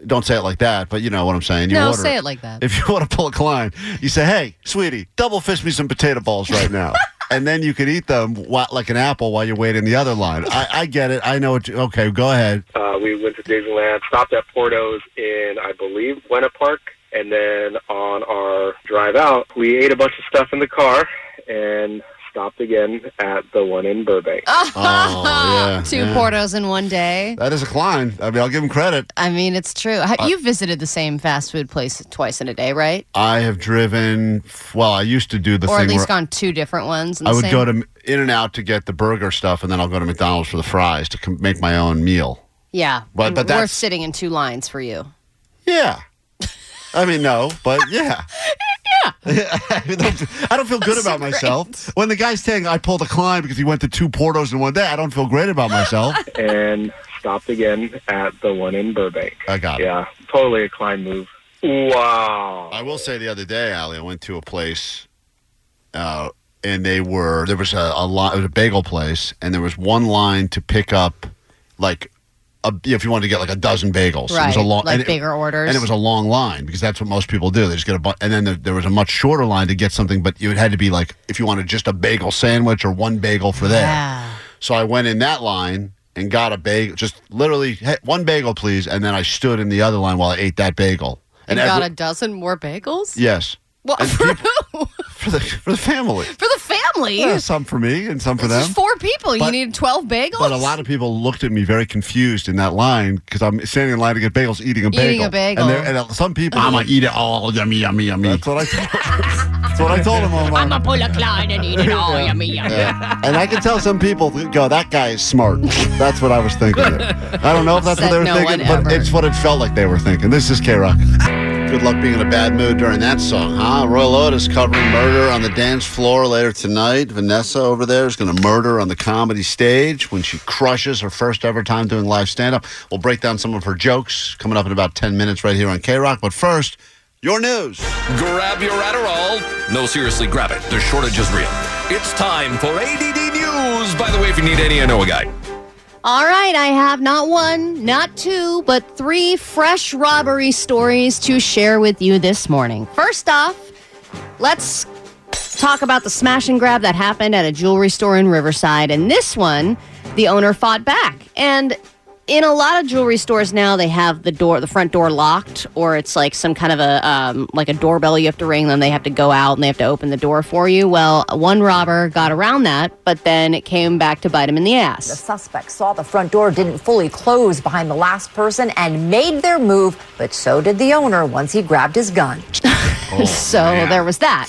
Speaker 7: Don't say it like that, but you know what I'm saying. You
Speaker 8: no,
Speaker 7: order
Speaker 8: say it like that.
Speaker 7: If you want to pull a Klein, you say, "Hey, sweetie, double fist me some potato balls right now," and then you could eat them wha- like an apple while you wait in the other line. I, I get it. I know what you. Okay, go ahead.
Speaker 18: Uh, we went to Disneyland, stopped at Porto's in, I believe, Buena Park, and then on our drive out, we ate a bunch of stuff in the car and stopped again at the one in Burbank.
Speaker 7: Oh, yeah,
Speaker 8: Two
Speaker 7: yeah.
Speaker 8: Portos in one day.
Speaker 7: That is a climb. I mean, I'll give him credit.
Speaker 8: I mean, it's true. Ha-
Speaker 7: I-
Speaker 8: you visited the same fast food place twice in a day, right?
Speaker 7: I have driven. Well, I used to do the
Speaker 8: or
Speaker 7: thing
Speaker 8: at least
Speaker 7: where
Speaker 8: gone two different ones. in
Speaker 7: I
Speaker 8: the
Speaker 7: would
Speaker 8: same-
Speaker 7: go to In and Out to get the burger stuff, and then I'll go to McDonald's for the fries to com- make my own meal.
Speaker 8: Yeah,
Speaker 7: But-
Speaker 8: and
Speaker 7: but
Speaker 8: worth
Speaker 7: that's-
Speaker 8: sitting in two lines for you.
Speaker 7: Yeah. I mean, no, but yeah. yeah. I don't feel good about myself. When the guy's saying I pulled a climb because he went to two Portos in one day, I don't feel great about myself.
Speaker 18: and stopped again at the one in Burbank.
Speaker 7: I got
Speaker 18: it. Yeah, totally a climb move. Wow.
Speaker 7: I will say the other day, Allie, I went to a place, uh, and they were there was a, a lot. It was a bagel place, and there was one line to pick up, like, a, if you wanted to get like a dozen bagels, it was
Speaker 8: Right,
Speaker 7: a long
Speaker 8: like
Speaker 7: and it-
Speaker 8: bigger orders.
Speaker 7: and it was a long line because that's what most people do. They just get a bu- and then there, there was a much shorter line to get something, but it had to be like if you wanted just a bagel sandwich or one bagel for there. So I went in that line and got a bagel, just literally "Hey, one bagel, please, and then I stood in the other line while I ate that bagel.
Speaker 8: And
Speaker 7: every-
Speaker 8: got a dozen more bagels.
Speaker 7: Yes.
Speaker 8: Well, for who?
Speaker 7: For the for the family.
Speaker 8: For the family.
Speaker 7: Yeah, some for me and some for them.
Speaker 8: There's four people. you
Speaker 7: But-
Speaker 8: need twelve bagels.
Speaker 7: But a lot of people looked at me very confused in that line because I'm standing in line to get bagels, eating a bagel.
Speaker 8: Eating a bagel.
Speaker 7: And, there- and some people, I'm gonna eat it all, yummy, yummy, yummy. That's what I told. That's what I told them. Omar.
Speaker 8: I'm gonna pull a Klein and eat it all. yummy, yummy.
Speaker 7: Yeah. And I can tell some people go, that guy is smart. That's what I was thinking. I don't know if that's what
Speaker 8: Said
Speaker 7: they were
Speaker 8: no one
Speaker 7: thinking, but
Speaker 8: ever.
Speaker 7: it's what it felt like they were thinking. This is K Rock. Good luck being in a bad mood during that song, huh? Royal Otis covering murder on the dance floor later tonight. Vanessa over there is going to murder on the comedy stage when she crushes her first ever time doing live stand up. We'll break down some of her jokes coming up in about 10 minutes right here on K Rock. But first, your news.
Speaker 19: Grab your Adderall. No, seriously, grab it. The shortage is real. It's time for ADD News. By the way, if you need any, I know a guy.
Speaker 8: All right, I have not one, not two, but three fresh robbery stories to share with you this morning. First off, let's talk about the smash and grab that happened at a jewelry store in Riverside. And this one, the owner fought back. And in a lot of jewelry stores now, they have the door, the front door locked, or it's like some kind of a um, like a doorbell you have to ring. Then they have to go out and they have to open the door for you. Well, one robber got around that, but then it came back to bite him in the ass.
Speaker 20: The suspect saw the front door didn't fully close behind the last person and made their move, but so did the owner once he grabbed his gun.
Speaker 8: so there was that.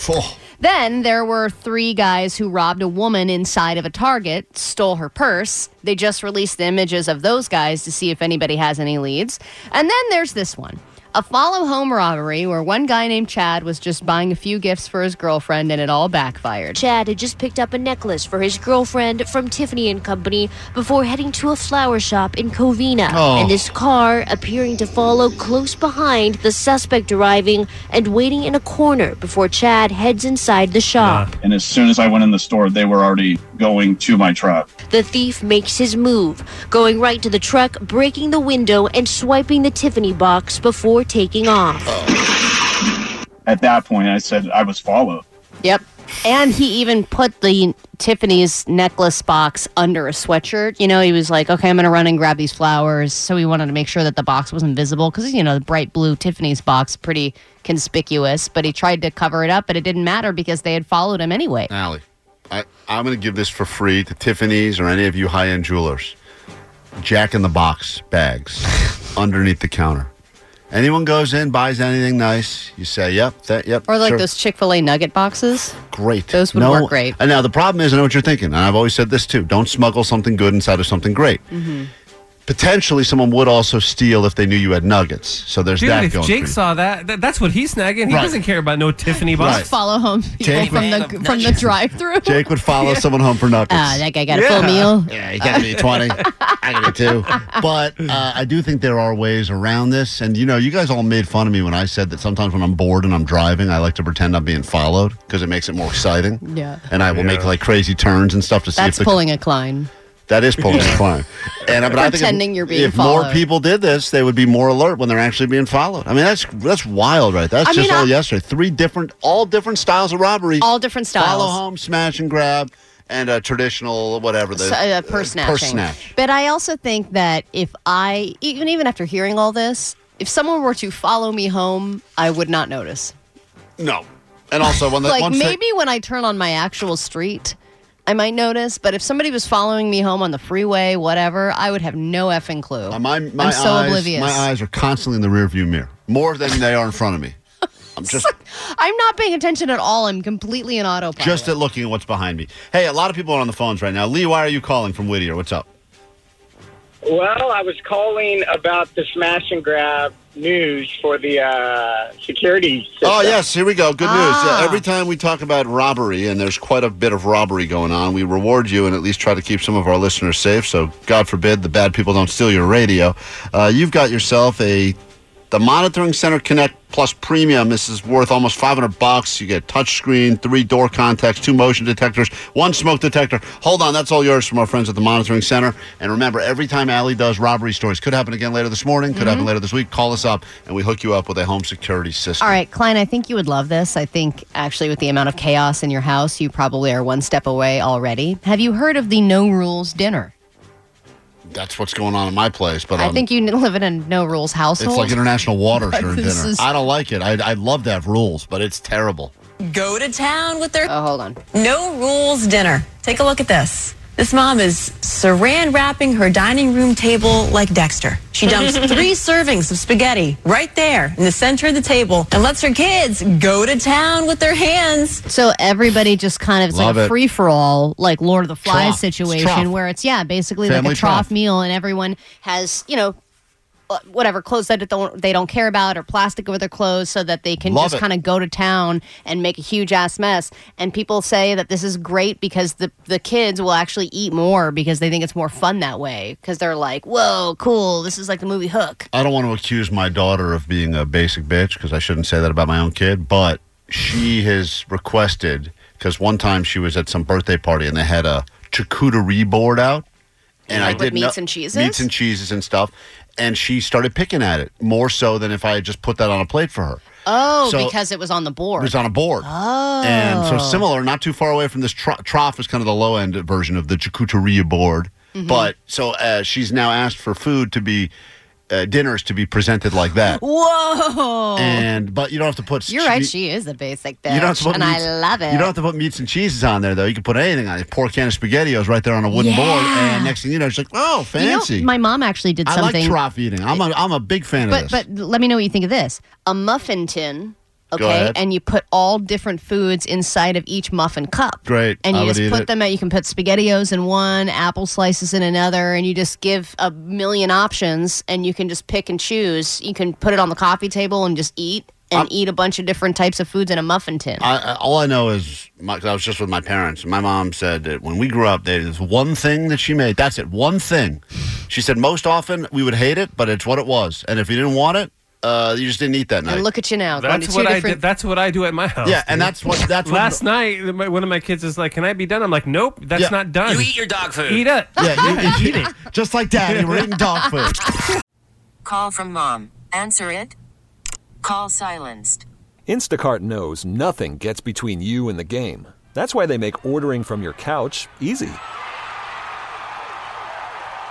Speaker 8: Then there were three guys who robbed a woman inside of a Target, stole her purse. They just released the images of those guys to see if anybody has any leads. And then there's this one a follow home robbery where one guy named Chad was just buying a few gifts for his girlfriend and it all backfired.
Speaker 21: Chad had just picked up a necklace for his girlfriend from Tiffany and Company before heading to a flower shop in Covina.
Speaker 20: Oh.
Speaker 21: And his car appearing to follow close behind the suspect arriving and waiting in a corner before Chad heads inside the shop.
Speaker 22: And as soon as I went in the store, they were already going to my truck.
Speaker 21: The thief makes his move, going right to the truck, breaking the window, and swiping the Tiffany box before taking off.
Speaker 22: At that point, I said I was followed.
Speaker 8: Yep. And he even put the Tiffany's necklace box under a sweatshirt. You know, he was like, okay, I'm going to run and grab these flowers. So he wanted to make sure that the box wasn't visible because, you know, the bright blue Tiffany's box, pretty conspicuous. But he tried to cover it up, but it didn't matter because they had followed him anyway.
Speaker 7: Allie, I, I'm going to give this for free to Tiffany's or any of you high end jewelers. Jack in the box bags underneath the counter. Anyone goes in, buys anything nice, you say, yep, that, yep.
Speaker 8: Or like
Speaker 7: sure."
Speaker 8: those Chick fil A nugget boxes.
Speaker 7: Great.
Speaker 8: Those would work great.
Speaker 7: And now the problem is, I know what you're thinking, and I've always said this too don't smuggle something good inside of something great.
Speaker 8: Mm-hmm.
Speaker 7: Potentially, someone would also steal if they knew you had nuggets. So there's
Speaker 4: Dude,
Speaker 7: that
Speaker 4: if
Speaker 7: going.
Speaker 4: Jake
Speaker 7: for you.
Speaker 4: saw that, that, that's what he's snagging. He
Speaker 7: Right.
Speaker 4: doesn't care about no Tiffany box.
Speaker 7: Right.
Speaker 8: Follow home people
Speaker 7: Jake
Speaker 8: from
Speaker 7: would-
Speaker 8: the, from the drive through.
Speaker 7: Jake would follow
Speaker 8: Yeah.
Speaker 7: someone home for nuggets.
Speaker 8: Ah, that guy got a full meal.
Speaker 7: Yeah, he got me 20. I got me two. But uh, I do think there are ways around this. And, you know, you guys all made fun of me when I said that sometimes when I'm bored and I'm driving, I like to pretend I'm being followed because it makes it more exciting.
Speaker 8: Yeah.
Speaker 7: And I will make like crazy turns and stuff to see
Speaker 8: That's
Speaker 7: if the.
Speaker 8: pulling a Klein.
Speaker 7: That is police crime. And I- but I think if-
Speaker 8: Pretending you're being
Speaker 7: if more
Speaker 8: followed.
Speaker 7: people did this, they would be more alert when they're actually being followed. I mean, that's that's wild, right? That's
Speaker 8: I
Speaker 7: just
Speaker 8: mean,
Speaker 7: all
Speaker 8: I-
Speaker 7: yesterday. Three different, all different styles of robbery.
Speaker 8: All different styles.
Speaker 7: Follow home, smash and grab, and a traditional whatever the
Speaker 8: So, uh, purse
Speaker 7: uh,
Speaker 8: snatching. But I also think that if I, even even after hearing all this, if someone were to follow me home, I would not notice.
Speaker 7: No, and also when the
Speaker 8: like
Speaker 7: once they-
Speaker 8: maybe when I turn on my actual street, I might notice. But if somebody was following me home on the freeway, whatever, I would have no effing clue.
Speaker 7: Uh, my, my
Speaker 8: I'm so
Speaker 7: eyes,
Speaker 8: oblivious.
Speaker 7: My eyes are constantly in the rearview mirror more than they are in front of me. I'm just
Speaker 8: I'm not paying attention at all. I'm completely in autopilot.
Speaker 7: just at looking at what's behind me. Hey, a lot of people are on the phones right now. Lee, why are you calling from Whittier? What's up?
Speaker 6: Well, I was calling about the smash and grab news for the uh, security system.
Speaker 7: Oh yes, here we go. Good news.
Speaker 6: Ah.
Speaker 7: Yeah, every time we talk about robbery, and there's quite a bit of robbery going on, we reward you and at least try to keep some of our listeners safe. So God forbid the bad people don't steal your radio. Uh, you've got yourself a the Monitoring Center Connect Plus Premium. This is worth almost 500 bucks. You get touch screen, three door contacts, two motion detectors, one smoke detector. Hold on, that's all yours from our friends at the Monitoring Center. And remember, every time Allie does robbery stories, could happen again later this morning, could happen later this week. Call us up, and we hook you up with a home security system.
Speaker 8: All right, Klein, I think you would love this. I think actually, with the amount of chaos in your house, you probably are one step away already. Have you heard of the no rules dinner?
Speaker 7: That's what's going on in my place, but
Speaker 8: I
Speaker 7: um,
Speaker 8: think you live in a no rules household.
Speaker 7: it's like international water
Speaker 8: But
Speaker 7: during dinner.
Speaker 8: this is-
Speaker 7: I don't like it. I'd, I'd love to have rules, but it's terrible.
Speaker 11: go to town with their
Speaker 8: oh, hold on.
Speaker 11: no rules dinner. Take a look at this. This mom is saran wrapping her dining room table like Dexter. She dumps three servings of spaghetti right there in the center of the table and lets her kids go to town with their hands.
Speaker 8: So everybody just kind of it's
Speaker 11: Love
Speaker 8: like
Speaker 11: it.
Speaker 8: a free for all, like Lord of the Flies
Speaker 11: Trough. It's trough.
Speaker 8: situation, where it's yeah, basically like
Speaker 11: Family
Speaker 8: a trough,
Speaker 11: trough.
Speaker 8: meal, and everyone has you know uh, whatever clothes that they don't, they don't care about or plastic over their clothes, so that they can
Speaker 23: Love
Speaker 8: just
Speaker 23: it.
Speaker 8: kind of go to town and make a huge ass mess. And people say that this is great because the the kids will actually eat more because they think it's more fun that way because they're like, whoa, cool, this is like the movie Hook.
Speaker 7: I don't want to accuse my daughter of being a basic bitch because I shouldn't say that about my own kid, but she has requested because one time she was at some birthday party and they had a charcuterie board out, and I
Speaker 8: Like with
Speaker 7: didn't
Speaker 8: meats
Speaker 7: know-
Speaker 8: and cheeses?
Speaker 7: meats and cheeses and stuff, and she started picking at it more so than if I had just put that on a plate for her.
Speaker 8: Oh,
Speaker 7: So-
Speaker 8: because it was on the
Speaker 7: It
Speaker 8: board.
Speaker 7: was on a board.
Speaker 8: Oh.
Speaker 7: And so similar, not too far away from this tro- trough is kind of the low end version of the charcuterie board.
Speaker 8: Mhm.
Speaker 7: But so uh, she's now asked for food to be uh, dinners to be presented like that.
Speaker 8: Whoa.
Speaker 7: And but you don't have to put.
Speaker 8: You're right.
Speaker 7: meat-
Speaker 8: She is a basic
Speaker 7: you
Speaker 8: bitch,
Speaker 7: don't have to put
Speaker 8: and
Speaker 7: meats-
Speaker 8: I love it.
Speaker 7: You don't have to put meats and cheeses on there though. You can put anything on it. Pour a can of spaghettios right there on a wooden
Speaker 8: Yeah.
Speaker 7: board, and next thing you know, she's like, "Oh,
Speaker 8: You know,
Speaker 7: fancy."
Speaker 8: my mom actually did
Speaker 7: I like
Speaker 8: something.
Speaker 7: trough eating. I'm a, I'm a big fan of
Speaker 8: but
Speaker 7: this.
Speaker 8: but let me know what you think of this. A muffin tin,
Speaker 7: Go
Speaker 8: okay,
Speaker 7: ahead.
Speaker 8: and you put all different foods inside of each muffin cup.
Speaker 7: Great.
Speaker 8: And
Speaker 7: I
Speaker 8: you
Speaker 7: would
Speaker 8: just
Speaker 7: eat
Speaker 8: put
Speaker 7: it.
Speaker 8: them out. You can put spaghettios in one, apple slices in another, and you just give a million options, and you can just pick and choose. You can put it on the coffee table and just eat, and
Speaker 7: Uh,
Speaker 8: eat a bunch of different types of foods in a muffin tin.
Speaker 7: I, I, all I know is my, 'cause I was just with my parents. and My mom said that when we grew up, there's one thing that she made. That's it, one thing. She said most often we would hate it, but it's what it was. And if you didn't want it, uh, you just didn't eat that night.
Speaker 8: and look at you now. going to
Speaker 4: That's
Speaker 8: two
Speaker 4: what I
Speaker 8: different-
Speaker 4: did. That's what I do at my house.
Speaker 7: Yeah, and
Speaker 4: dude.
Speaker 7: that's what- that's what-
Speaker 4: last night. my- One of my kids is like, "Can I be done?" I'm like, "Nope, that's
Speaker 7: Yeah.
Speaker 4: not done.
Speaker 7: You eat
Speaker 4: your dog food. Eat it.
Speaker 7: Yeah, you- you eat it. Just like daddy, we're eating dog food.
Speaker 24: Call from mom. Answer it. Call silenced.
Speaker 25: Instacart knows nothing gets between you and the game. That's why they make ordering from your couch easy.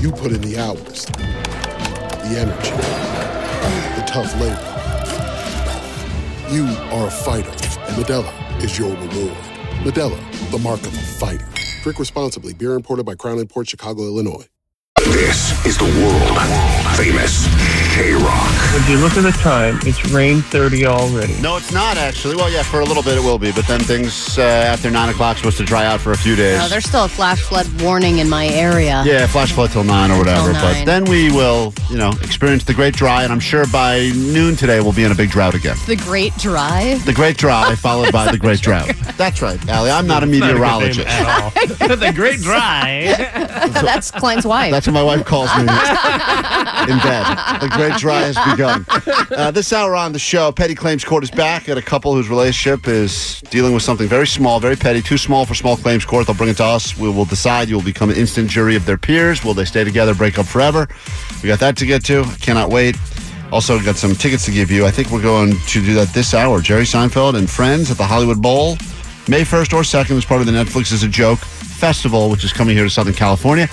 Speaker 26: You put in the hours, the energy, the tough labor. You are a fighter, and Medella is your reward. Medella, the mark of a fighter. Drink responsibly. Beer imported by Crown Port Chicago, Illinois.
Speaker 10: This is the world famous K Rock.
Speaker 2: Would you look at the time? It's rained 30 already.
Speaker 7: No, it's not actually. Well, yeah, for a little bit it will be, but then things uh, after nine o'clock supposed to dry out for a few days.
Speaker 11: No, there's still a flash flood warning in my area.
Speaker 7: Yeah, flash flood till nine or whatever.
Speaker 11: Till
Speaker 7: But
Speaker 11: nine.
Speaker 7: then we will, you know, experience the great dry, and I'm sure by noon today we'll be in a big drought again.
Speaker 11: The Great Drive.
Speaker 7: The great dry followed by the great drought. That's right, Allie. I'm not a meteorologist.
Speaker 14: Oh.
Speaker 4: the Great Dry.
Speaker 11: That's Klein's wife.
Speaker 7: That's what my wife calls me in bed. The great dry has begun. Uh, this hour on the show, petty claims court is back at a couple whose relationship is dealing with something very small, very petty, too small for small claims court. They'll bring it to us. We will decide. You will become an instant jury of their peers. Will they stay together, break up forever? We got that to get to. Cannot wait. Also, got some tickets to give you. I think we're going to do that this hour. Jerry Seinfeld and Friends at the Hollywood Bowl, May 1st or 2nd, as part of the Netflix is a Joke Festival, which is coming here to Southern California.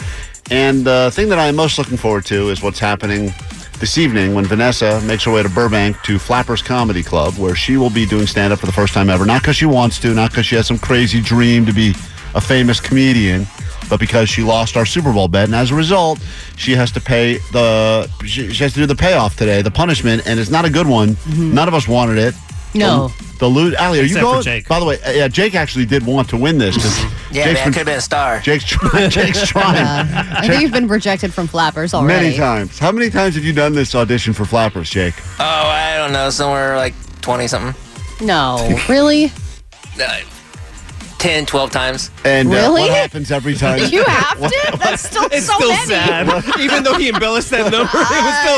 Speaker 7: And the thing that I'm most looking forward to is what's happening this evening when Vanessa makes her way to Burbank to Flappers Comedy Club, where she will be doing stand up for the first time ever. Not because she wants to, not because she has some crazy dream to be a famous comedian, but because she lost our Super Bowl bet. And as a result, she has to pay the, she, she has to do the payoff today, the punishment, and it's not a good one. None of us wanted it.
Speaker 11: No.
Speaker 7: The, the loot. Allie, are you
Speaker 27: Except for
Speaker 7: going?
Speaker 27: Jake.
Speaker 7: By the way, uh, yeah, Jake actually did want to win this. 'cause
Speaker 27: Yeah,
Speaker 7: Jake's
Speaker 27: man,
Speaker 7: been-
Speaker 27: could have been a star.
Speaker 7: Jake's trying. Jake's trying.
Speaker 11: I think you've been rejected from Flappers already.
Speaker 7: Many times. How many times have you done this audition for Flappers, Jake?
Speaker 27: Oh, I don't know, somewhere like 20 something.
Speaker 11: No, really?
Speaker 27: Uh, 10, 12 times.
Speaker 7: And
Speaker 27: uh,
Speaker 11: Really?
Speaker 27: what
Speaker 7: happens every time?
Speaker 11: You have to? That's still
Speaker 27: It's
Speaker 11: so
Speaker 27: still
Speaker 11: many.
Speaker 27: sad.
Speaker 4: Even though he embellished that number, it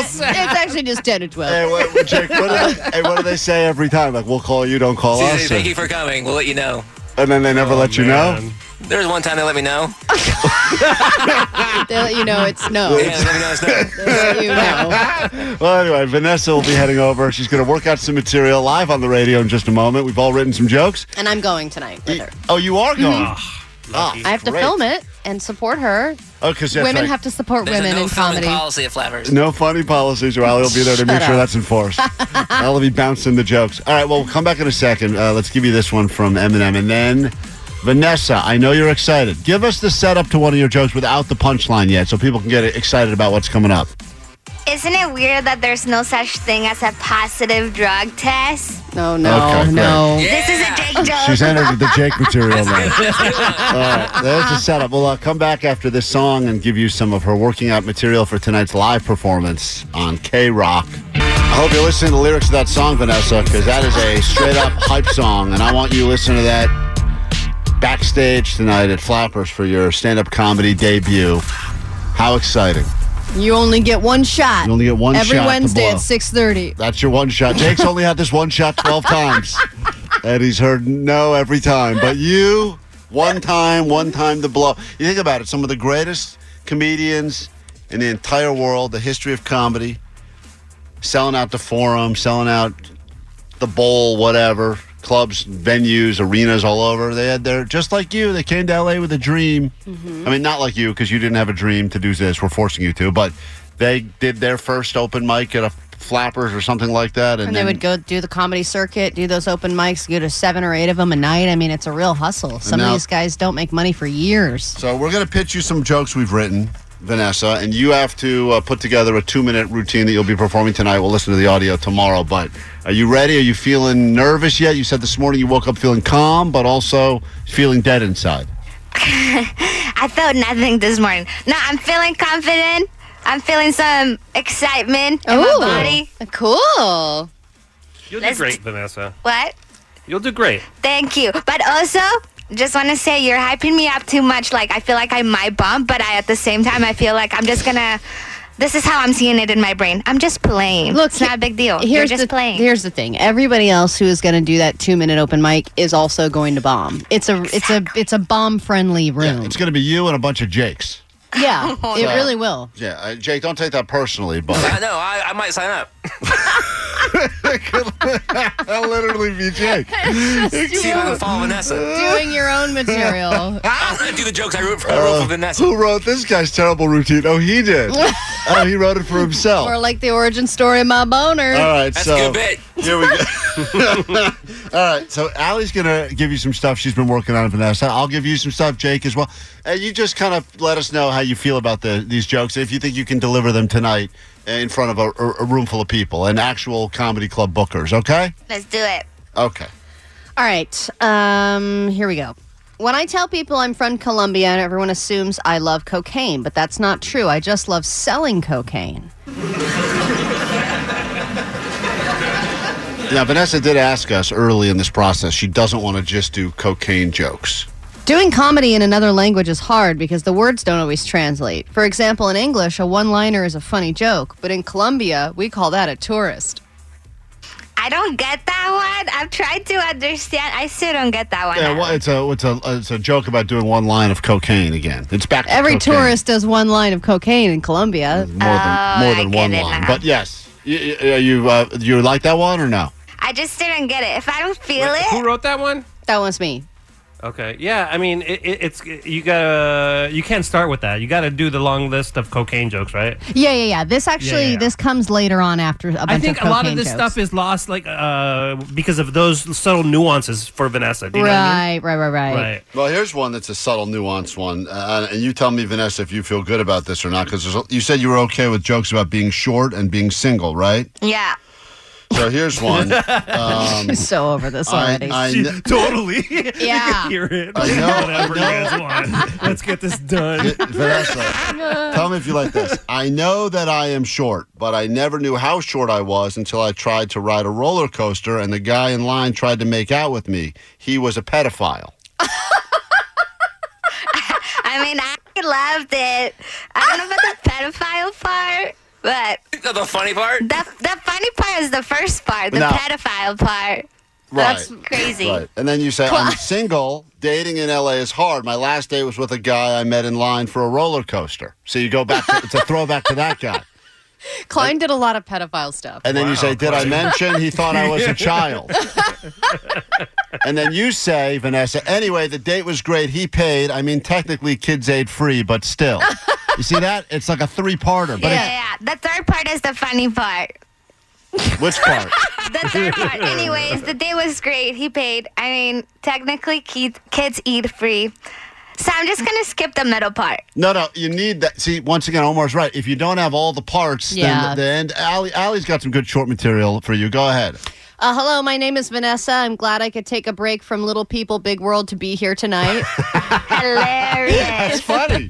Speaker 4: was still
Speaker 11: Uh, It's actually just 10 to 12.
Speaker 7: Jake, what do they, hey, what do they say every time? Like, we'll call you, don't call
Speaker 27: Susan,
Speaker 7: us.
Speaker 27: thank you for coming. We'll let you know.
Speaker 7: and then they never
Speaker 27: Oh,
Speaker 7: let
Speaker 4: Oh,
Speaker 7: you know.
Speaker 27: There was one time they let me know.
Speaker 11: They let you know it's
Speaker 8: Oh.
Speaker 11: no.
Speaker 27: Yeah, let me know it's not.
Speaker 11: They let you know.
Speaker 7: Well, anyway, Vanessa will be heading over. She's going to work out some material live on the radio in just a moment. We've all written some jokes.
Speaker 11: And I'm going tonight with her.
Speaker 7: Oh, you
Speaker 11: Mm-hmm.
Speaker 7: are going. Ah,
Speaker 11: I have to
Speaker 7: great.
Speaker 11: film it and support her.
Speaker 7: Oh, because
Speaker 11: women have to support
Speaker 27: There's a
Speaker 11: women
Speaker 27: no
Speaker 11: in
Speaker 27: filming
Speaker 11: comedy.
Speaker 27: policy at Flappers.
Speaker 7: No funny policies, or Ali will be there to
Speaker 27: Shut
Speaker 7: make sure
Speaker 27: up.
Speaker 7: that's enforced. Ali will be bouncing the jokes. All right, well, we'll come back in a second. Uh, let's give you this one from Eminem. And then, Vanessa, I know you're excited. Give us the setup to one of your jokes without the punchline yet so people can get excited about what's coming up.
Speaker 9: Isn't it weird that there's no such thing as a positive drug test?
Speaker 11: No,
Speaker 7: no, Okay, no. great.
Speaker 9: This is a Jake joke.
Speaker 7: She's entered the Jake material now. All right, there's the setup. We'll uh, come back after this song and give you some of her working out material for tonight's live performance on K Rock. I hope you're listening to the lyrics of that song, Vanessa, because that is a straight up hype song, and I want you to listen to that backstage tonight at Flappers for your stand up comedy debut. How exciting!
Speaker 11: You only get one shot.
Speaker 7: You only get one
Speaker 11: Every
Speaker 7: shot to
Speaker 11: Wednesday
Speaker 7: blow.
Speaker 11: at 6.30.
Speaker 7: That's your one shot. Jake's only had this one shot 12 times. And he's heard no every time. But you, one time, one time to blow. You think about it, some of the greatest comedians in the entire world, the history of comedy, selling out the forum, selling out the bowl, whatever, clubs, venues, arenas all over. They had their, just like you, they came to LA with a dream.
Speaker 11: Mm-hmm.
Speaker 7: I mean, not like you, because you didn't have a dream to do this. We're forcing you to, but they did their first open mic at a Flappers or something like that. And,
Speaker 11: And they
Speaker 7: then,
Speaker 11: would go do the comedy circuit, do those open mics, go to seven or eight of them a night. I mean, it's a real hustle. Some
Speaker 7: now-
Speaker 11: of these guys don't make money for years.
Speaker 7: So we're going to pitch you some jokes we've written, Vanessa, and you have to uh, put together a two-minute routine that you'll be performing tonight. We'll listen to the audio tomorrow. But are you ready? Are you feeling nervous yet? You said this morning you woke up feeling calm, but also feeling dead inside.
Speaker 9: I felt nothing this morning. No, I'm feeling confident. I'm feeling some excitement in
Speaker 4: Ooh.
Speaker 9: my body. Cool.
Speaker 4: You'll do
Speaker 9: Let's-
Speaker 4: great, Vanessa.
Speaker 9: What?
Speaker 4: You'll do great.
Speaker 9: Thank you. But also, just want to say you're hyping me up too much. Like I feel like I might bump, but I at the same time I feel like I'm just gonna. This is how I'm seeing it in my brain. I'm just playing. Look, it's not a big deal. You're
Speaker 11: Here's
Speaker 9: just
Speaker 11: the,
Speaker 9: playing.
Speaker 11: here's the thing. Everybody else who is going to do that two minute open mic is also going to bomb. It's a it's a it's a bomb friendly room.
Speaker 7: It's going to be you and a bunch of Jakes.
Speaker 11: Yeah, it
Speaker 7: So-
Speaker 11: really will.
Speaker 7: Yeah, uh, Jake, don't take that personally, but
Speaker 27: I know. I, I might sign up.
Speaker 7: I'll literally be Jake.
Speaker 27: See if I can follow Vanessa.
Speaker 11: Doing your own material.
Speaker 27: I'm gonna do the jokes I wrote for, I wrote for Vanessa.
Speaker 7: Uh, Who wrote this guy's terrible routine? Oh, he did. oh, he wrote it for himself.
Speaker 11: Or like the origin story of my boner.
Speaker 7: All right, so
Speaker 27: here
Speaker 7: we go. All right, so Allie's gonna give you some stuff she's been working on, Vanessa. I'll give you some stuff, Jake, as well. And you just kind of let us know how you feel about the, these jokes, if you think you can deliver them tonight in front of a, a, a room full of people and actual comedy club bookers. Okay,
Speaker 8: Let's do it.
Speaker 7: okay.
Speaker 8: All right. Um, here we go. When I tell people I'm from Colombia, everyone assumes I love cocaine, but that's not true. I just love selling cocaine.
Speaker 7: Now, Vanessa did ask us early in this process. She doesn't want to just do cocaine jokes.
Speaker 8: Doing comedy in another language is hard because the words don't always translate. For example, in English, a one liner is a funny joke, but in Colombia, we call that a tourist.
Speaker 9: I don't get that one. I've tried to understand. I still don't get that one.
Speaker 7: Yeah, well, it's a it's a it's a joke about doing one line of cocaine again. It's back. To
Speaker 8: Every
Speaker 7: cocaine.
Speaker 8: tourist does one line of cocaine in Colombia.
Speaker 7: more
Speaker 8: Oh,
Speaker 7: than more than one line. But yes, you you, you, uh, you like that one or no?
Speaker 9: I just didn't get it. If I don't feel it.
Speaker 4: Who wrote that one?
Speaker 8: That one's me.
Speaker 4: Okay. Yeah. I mean, it, it, it's you gotta you can't start with that. You gotta do the long list of cocaine jokes, right?
Speaker 8: Yeah, yeah, yeah. This actually
Speaker 4: yeah, yeah.
Speaker 8: this comes later on after a bunch
Speaker 4: I think
Speaker 8: of cocaine
Speaker 4: a lot of this
Speaker 8: jokes.
Speaker 4: stuff is lost, like uh, because of those subtle nuances for Vanessa. Do you know what I
Speaker 8: right,
Speaker 4: mean?
Speaker 8: right, right, right,
Speaker 4: Right.
Speaker 7: Well, here's one that's a subtle, nuanced one, uh, and you tell me, Vanessa, if you feel good about this or not. Because you said you were okay with jokes about being short and being single, right?
Speaker 9: Yeah.
Speaker 7: So here's one. Um,
Speaker 8: She's so uh, over this
Speaker 7: I-
Speaker 8: already.
Speaker 7: I She- kn-
Speaker 4: totally.
Speaker 8: yeah.
Speaker 4: Hear it.
Speaker 7: I know,
Speaker 4: Whatever you guys want. Let's get this done.
Speaker 7: Vanessa, tell me if you like this. I know that I am short, but I never knew how short I was until I tried to ride a roller coaster and the guy in line tried to make out with me. He was a pedophile.
Speaker 9: I mean, I loved it. I don't know about the pedophile part, but
Speaker 27: the funny part.
Speaker 9: The the funny part is the first part, the
Speaker 7: No.
Speaker 9: pedophile part. That's crazy.
Speaker 7: Right. And then you say, I'm single. Dating in LA is hard. My last date was with a guy I met in line for a roller coaster. So you go back to, it's a throwback to that guy.
Speaker 8: Klein did a lot of pedophile stuff.
Speaker 7: And then you say, Did I mention he thought I was a child? and then you say, Vanessa, anyway, the date was great. He paid. I mean, technically, kids aid free, but still. You see that? It's like a three parter. But
Speaker 9: yeah, yeah. The third part is the funny part.
Speaker 7: it's, which part?
Speaker 9: The third part, anyways, the day was great. He paid. I mean, technically, ki- kids eat free. So I'm just gonna skip the middle part.
Speaker 7: No, no, you need that. See, once again, Omar's right. If you don't have all the parts,
Speaker 8: Yeah.
Speaker 7: then the, the end. Ali, Ali's got some good short material for you. Go ahead.
Speaker 8: Uh, hello, my name is Vanessa. I'm glad I could take a break from Little People, Big World to be here tonight.
Speaker 7: That's funny.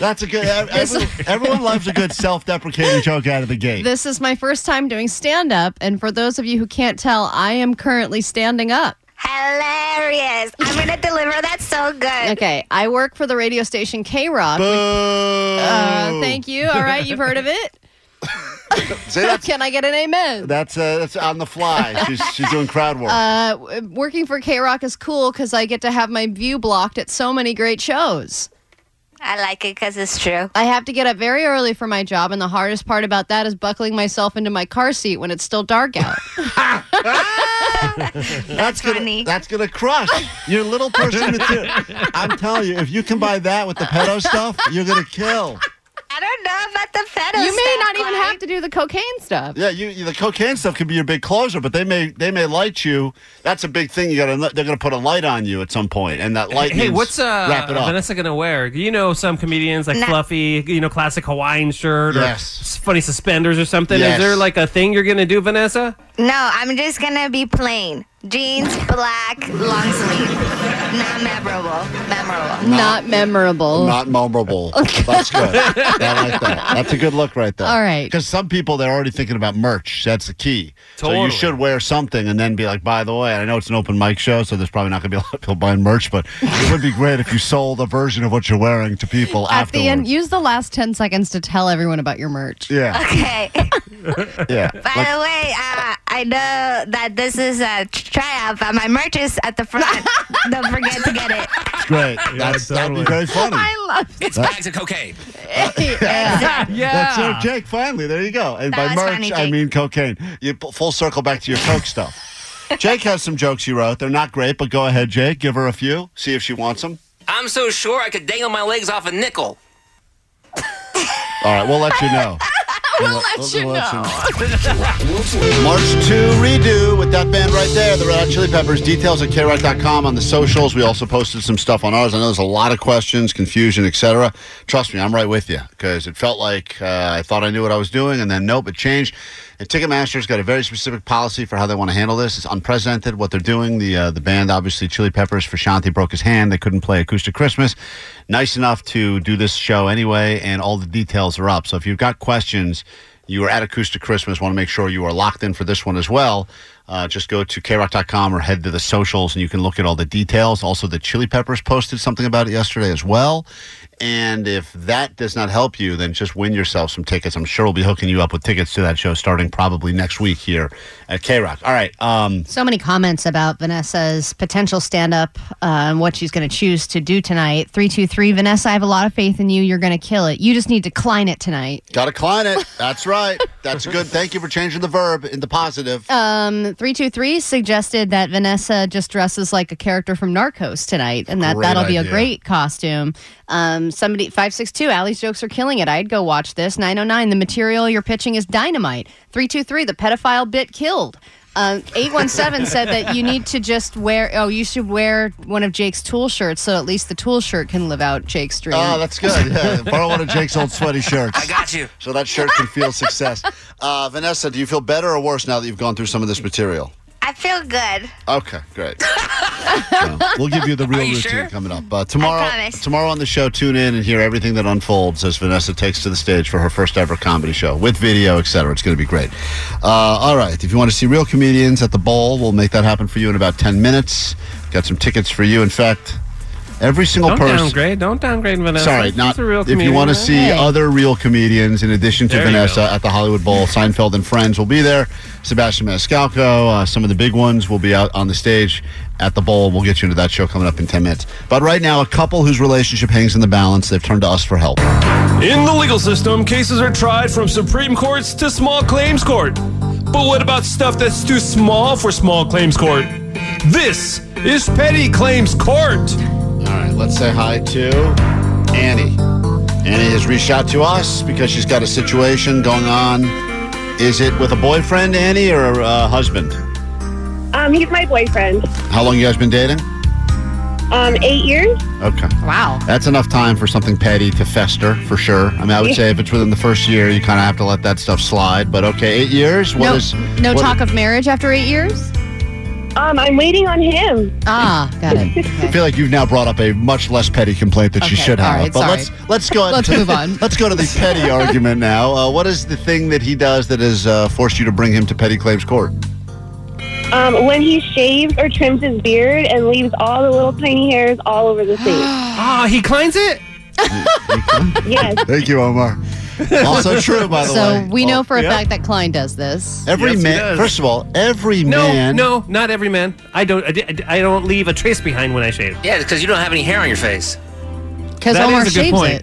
Speaker 7: That's a good. ev- Everyone, everyone loves a good self-deprecating joke out of the gate.
Speaker 8: this is my first time doing stand up, and for those of you who can't tell, I am currently standing up.
Speaker 9: Hilarious. I'm gonna deliver that so good.
Speaker 8: Okay, I work for the radio station K Rock. Uh, thank you. All right, you've heard of it.
Speaker 7: See, that's
Speaker 8: Can I get an amen?
Speaker 7: that's, uh, that's on the fly. She's she's doing crowd work.
Speaker 8: Uh, w- working for K Rock is cool because I get to have my view blocked at so many great shows.
Speaker 9: I like it because it's true.
Speaker 8: I have to get up very early for my job, and the hardest part about that is buckling myself into my car seat when it's still dark out.
Speaker 7: that's gonna that's gonna crush your little person. material. I'm telling you, if you combine that with the pedo stuff, you're gonna kill.
Speaker 9: I don't know about the fetish.
Speaker 8: you may not even have to do the cocaine stuff.
Speaker 7: Yeah, you, you the cocaine stuff could be your big closer, but they may they may light you. That's a big thing. You got to they're gonna put a light on you at some point, and that light.
Speaker 4: Hey,
Speaker 7: means
Speaker 4: what's uh,
Speaker 7: wrap it up?
Speaker 4: Vanessa gonna wear? You know, some comedians like
Speaker 7: Nah.
Speaker 4: fluffy, you know, classic Hawaiian shirt or
Speaker 7: Yes.
Speaker 4: s- funny suspenders or something.
Speaker 7: Yes.
Speaker 4: Is there like a thing you're gonna do, Vanessa?
Speaker 9: No, I'm just gonna be plain. Jeans, black, long sleeve. Not memorable. Memorable.
Speaker 8: Not memorable.
Speaker 7: Not memorable. That's good. I like that. That's a good look right there.
Speaker 8: All right.
Speaker 7: Because some people they're already thinking about merch. That's the key. So you
Speaker 4: Totally.
Speaker 7: should wear something and then be like, by the way, I know it's an open mic show, so there's probably not going to be a lot of people buying merch, but it would be great if you sold a version of what you're wearing to people
Speaker 8: At
Speaker 7: afterwards.
Speaker 8: the end, use the last 10 seconds to tell everyone about your merch.
Speaker 7: Yeah.
Speaker 9: Okay.
Speaker 7: Yeah.
Speaker 9: By the way, uh, I know that this is a tryout, but my merch is at the front. Don't forget to get it.
Speaker 7: great. That's, That'd be very funny.
Speaker 9: I love
Speaker 27: It's
Speaker 7: That-
Speaker 27: bags of cocaine.
Speaker 9: yeah.
Speaker 7: That's so, Jake. Finally, there you go. And
Speaker 9: That
Speaker 7: by
Speaker 9: was
Speaker 7: merch,
Speaker 9: funny,
Speaker 7: I
Speaker 9: Jake.
Speaker 7: mean cocaine. You p- full circle back to your coke stuff. Jake has some jokes you wrote. They're not great, but go ahead, Jake. Give her a few. See if she wants them.
Speaker 27: I'm so sure I could dangle my legs off a nickel.
Speaker 7: All right, we'll let you know.
Speaker 27: We'll
Speaker 7: let you March to redo with that band right there, the Red Hot Chili Peppers. Details at krock.com on the socials. We also posted some stuff on ours. I know there's a lot of questions, confusion, etc. Trust me, I'm right with you because it felt like uh, I thought I knew what I was doing, and then nope, it changed. And Ticketmaster's got a very specific policy for how they want to handle this. It's unprecedented what they're doing. The uh, the band, obviously, Chili Peppers for Shanti broke his hand. They couldn't play Acoustic Christmas. Nice enough to do this show anyway, and all the details are up. So if you've got questions you are at Acoustic Christmas, want to make sure you are locked in for this one as well, uh, just go to krock.com or head to the socials and you can look at all the details. Also, the Chili Peppers posted something about it yesterday as well. And if that does not help you, then just win yourself some tickets. I'm sure we'll be hooking you up with tickets to that show starting probably next week here at K Rock. All right. Um,
Speaker 8: So many comments about Vanessa's potential stand up uh, and what she's going to choose to do tonight. 323 Vanessa, I have a lot of faith in you. You're going to kill it. You just need to climb it tonight.
Speaker 7: Got to climb it. That's right. That's good. Thank you for changing the verb in the positive.
Speaker 8: Um, 323 suggested that Vanessa just dresses like a character from Narcos tonight and that
Speaker 7: Great
Speaker 8: that'll be
Speaker 7: idea.
Speaker 8: a great costume. Um, somebody 562 Allie's jokes are killing it. I'd go watch this. 909 the material you're pitching is dynamite. 323 the pedophile bit killed. Um, 817 said that you need to just wear oh you should wear one of Jake's tool shirts so at least the tool shirt can live out Jake's dream.
Speaker 7: Oh, that's good. Yeah. Borrow one of Jake's old sweaty shirts. I
Speaker 27: got you.
Speaker 7: So that shirt can feel success. Uh, Vanessa, do you feel better or worse now that you've gone through some of this material?
Speaker 28: I feel good.
Speaker 7: Okay, great. So, we'll give you the real
Speaker 28: Are you
Speaker 7: routine
Speaker 28: sure?
Speaker 7: coming up. Uh, tomorrow,
Speaker 28: promise.
Speaker 7: tomorrow on the show, tune in and hear everything that unfolds as Vanessa takes to the stage for her first ever comedy show with video, etc. It's going to be great. Uh, all right, if you want to see real comedians at the bowl, we'll make that happen for you in about ten minutes. Got some tickets for you. In fact, every single
Speaker 4: Don't
Speaker 7: person.
Speaker 4: downgrade. Don't downgrade Vanessa.
Speaker 7: Sorry,
Speaker 4: She's
Speaker 7: not
Speaker 4: a real
Speaker 7: if you
Speaker 4: comedian.
Speaker 7: want to see other real comedians in addition to
Speaker 4: There you
Speaker 7: Vanessa at the Hollywood Bowl. Seinfeld and Friends will be there. Sebastian Maniscalco, uh, some of the big ones will be out on the stage at the bowl. We'll get you into that show coming up in ten minutes. But right now, a couple whose relationship hangs in the balance, they've turned to us for help.
Speaker 12: In the legal system, cases are tried from Supreme Courts to Small Claims Court. But what about stuff that's too small for Small Claims Court? This is Petty Claims Court.
Speaker 7: All right, let's say hi to Annie. Annie has reached out to us because she's got a situation going on. Is it with a boyfriend, Annie, or a husband?
Speaker 13: Um, he's my boyfriend.
Speaker 7: How long you guys been dating?
Speaker 13: Um, eight years.
Speaker 7: Okay.
Speaker 13: Wow.
Speaker 7: That's enough time for something petty to fester, for sure. I mean, I would say if it's within the first year, you kind of have to let that stuff slide. But okay, eight years. What
Speaker 8: no
Speaker 7: is
Speaker 8: no
Speaker 7: what-
Speaker 8: talk of marriage after 8 years?
Speaker 13: Um, I'm waiting on him.
Speaker 8: Ah, got it.
Speaker 7: I feel like you've now brought up a much less petty complaint that you
Speaker 8: Okay,
Speaker 7: should
Speaker 8: all
Speaker 7: have.
Speaker 8: right,
Speaker 7: but
Speaker 8: sorry.
Speaker 7: let's let's go.
Speaker 8: Let's move on.
Speaker 7: let's go to the petty argument now. Uh, what is the thing that he does that has uh, forced you to bring him to petty claims court?
Speaker 13: Um, when he shaves or trims his beard and leaves all the little tiny hairs all over the face.
Speaker 4: Ah, he cleans it.
Speaker 13: yes.
Speaker 7: Thank you, Omar. Also true, by the
Speaker 8: so
Speaker 7: way.
Speaker 8: we know
Speaker 7: Oh,
Speaker 8: for a
Speaker 7: yeah.
Speaker 8: fact that Klein does this.
Speaker 7: Every
Speaker 4: Yes, he
Speaker 7: man,
Speaker 4: does.
Speaker 7: first of all, every
Speaker 4: No,
Speaker 7: man.
Speaker 4: no, not every man. I don't. I, di- I don't leave a trace behind when I shave.
Speaker 27: Yeah, because you don't have any hair on your face.
Speaker 8: 'Cause
Speaker 4: That
Speaker 8: Omar
Speaker 4: is a good
Speaker 8: shaves
Speaker 4: point.